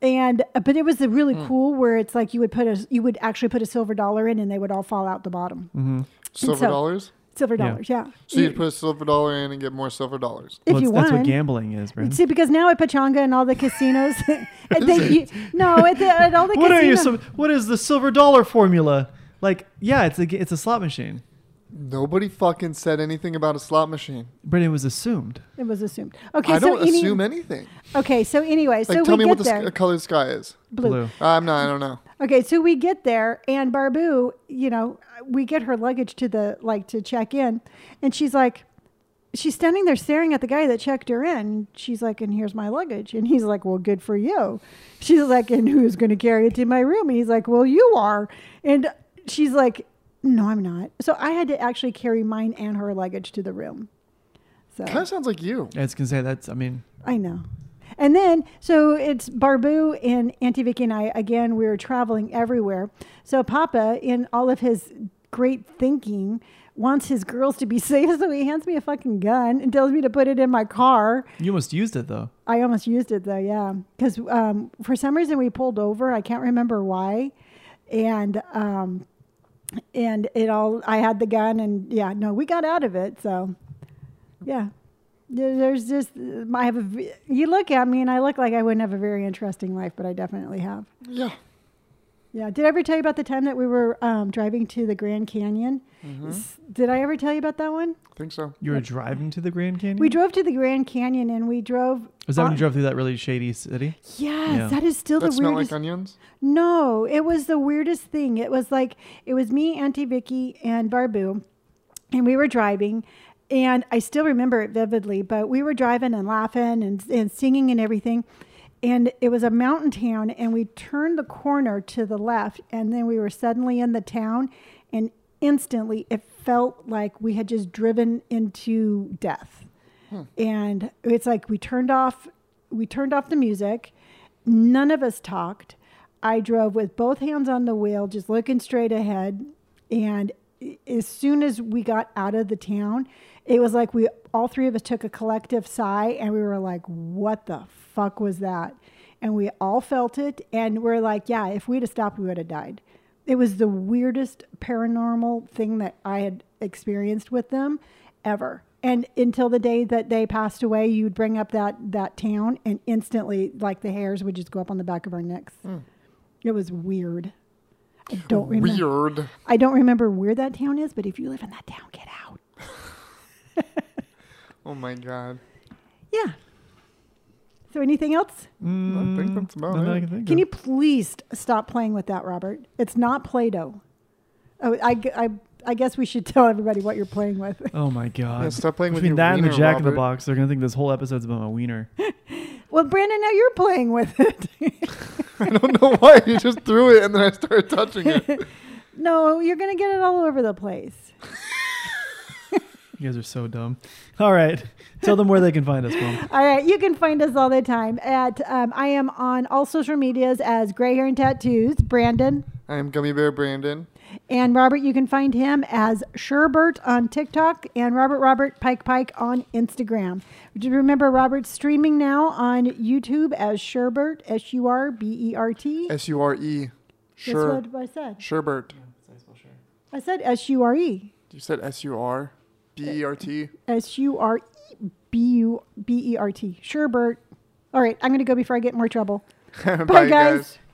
And uh, but it was a really
Hmm.
cool where it's like you would put a you would actually put a silver dollar in and they would all fall out the bottom.
Mm-hmm.
Silver
so-
dollars.
Silver
Yeah.
dollars, yeah.
So you'd put a silver dollar in and get more silver dollars.
if you
that's
won.
what gambling is, Brandon.
See, because now at Pachanga and all the casinos, [laughs] at the, you, no, at, the, at all the
What are you?
casinos,
Some, what is the silver dollar formula? Like, yeah, it's a ga- it's a slot machine.
Nobody fucking said anything about a slot machine.
Brandon was assumed.
it was assumed. Okay,
I
so
don't
any,
assume anything.
okay, so anyway,
Like,
so
tell
we
me
get
what the
there,
sc- color of the sky is.
blue.
Blue.
I'm not. I don't know.
Okay, so we get there, and Barbu, you know, we get her luggage to the like to check in, and she's like, she's standing there staring at the guy that checked her in. She's like, and here's my luggage. And he's like, well, good for you. She's like, and who's going to carry it to my room? And he's like, well, you are. And she's like, no, I'm not. So I had to actually carry mine and her luggage to the room. So
Kind of sounds like you.
I was gonna say that's. I mean,
I know. And then, so it's Barbu and Auntie Vicky and I. Again, we were traveling everywhere. So Papa, in all of his great thinking, wants his girls to be [laughs] safe. So he hands me a fucking gun and tells me to put it in my car.
you almost used it though.
I almost used it though, yeah. Because um, for some reason we pulled over. I can't remember why, and um, and it all. I had the gun, and yeah, no, we got out of it. So, yeah, There- there's just um, I have a. v- You look at me, and I look like I wouldn't have a very interesting life, but I definitely have.
Yeah.
Yeah. Did I ever tell you about the time that we were um, driving to the Grand Canyon?
Mm-hmm.
S- Did I ever tell you about that one?
I think so.
You were driving to the Grand Canyon.
We drove to the Grand Canyon, and we drove.
Was that when
on-
you drove through that really shady city?
Yes,
Yeah.
that is still
That
the
smell
weirdest.
like onions?
No, it was the weirdest thing. It was like it was me, Auntie Vicky, and Barbu, and we were driving. And I still remember it vividly, but we were driving and laughing and, and singing and everything. And it was a mountain town, and we turned the corner to the left, and then we were suddenly in the town. And instantly, it felt like we had just driven into death and it's like we turned off we turned off the music none of us talked i drove with both hands on the wheel just looking straight ahead and i- as soon as we got out of the town it was like we all three of us took a collective sigh and we were like what the fuck was that and we all felt it and we're like yeah if we'd have stopped we would have died it was the weirdest paranormal thing that I had experienced with them ever. And until the day that they passed away, you'd bring up that that town, and instantly, like the hairs would just go up on the back of our necks. It was weird. I don't remember.
Weird.
I don't remember where that town is, but if you live in that town, get out.
Oh my god.
Yeah. So, anything else?
I think that's about
Nothing
it.
Mm, I can think
Can
of.
you please st- stop playing with that, Robert? It's not Play-Doh. Oh, I, g- I- I guess we should [laughs] tell everybody what you're playing with.
Oh my god!
Yeah, stop playing with
Between
your
that and
wiener,
the Jack in the
Robert.
Box, they're gonna think this whole episode's about my wiener.
Well, Brandon, now you're playing with it. [laughs]
[laughs] I don't know why. You just threw it and then I started
[laughs]
touching it.
no, you're going to get it all over the place.
You guys are so dumb. All right, tell them where they can find us, Mom.
All right, you can find us all the time at, um, I am on all social medias as Gray Hair and Tattoos, Brandon.
I am Gummy Bear Brandon.
And Robert, you can find him as Sherbert on TikTok and Robert Robert Pike Pike on Instagram. Do you remember Robert's streaming now on YouTube as Sherbert, S U R B E R T.
S U R E. Sure.
That's what I said.
Sherbert.
I said S U R E.
You said S U R B E R T. [laughs]
S U R E B U B E R T. Sherbert. All right, I'm going to go before I get in more trouble.
Bye,
Bye, guys.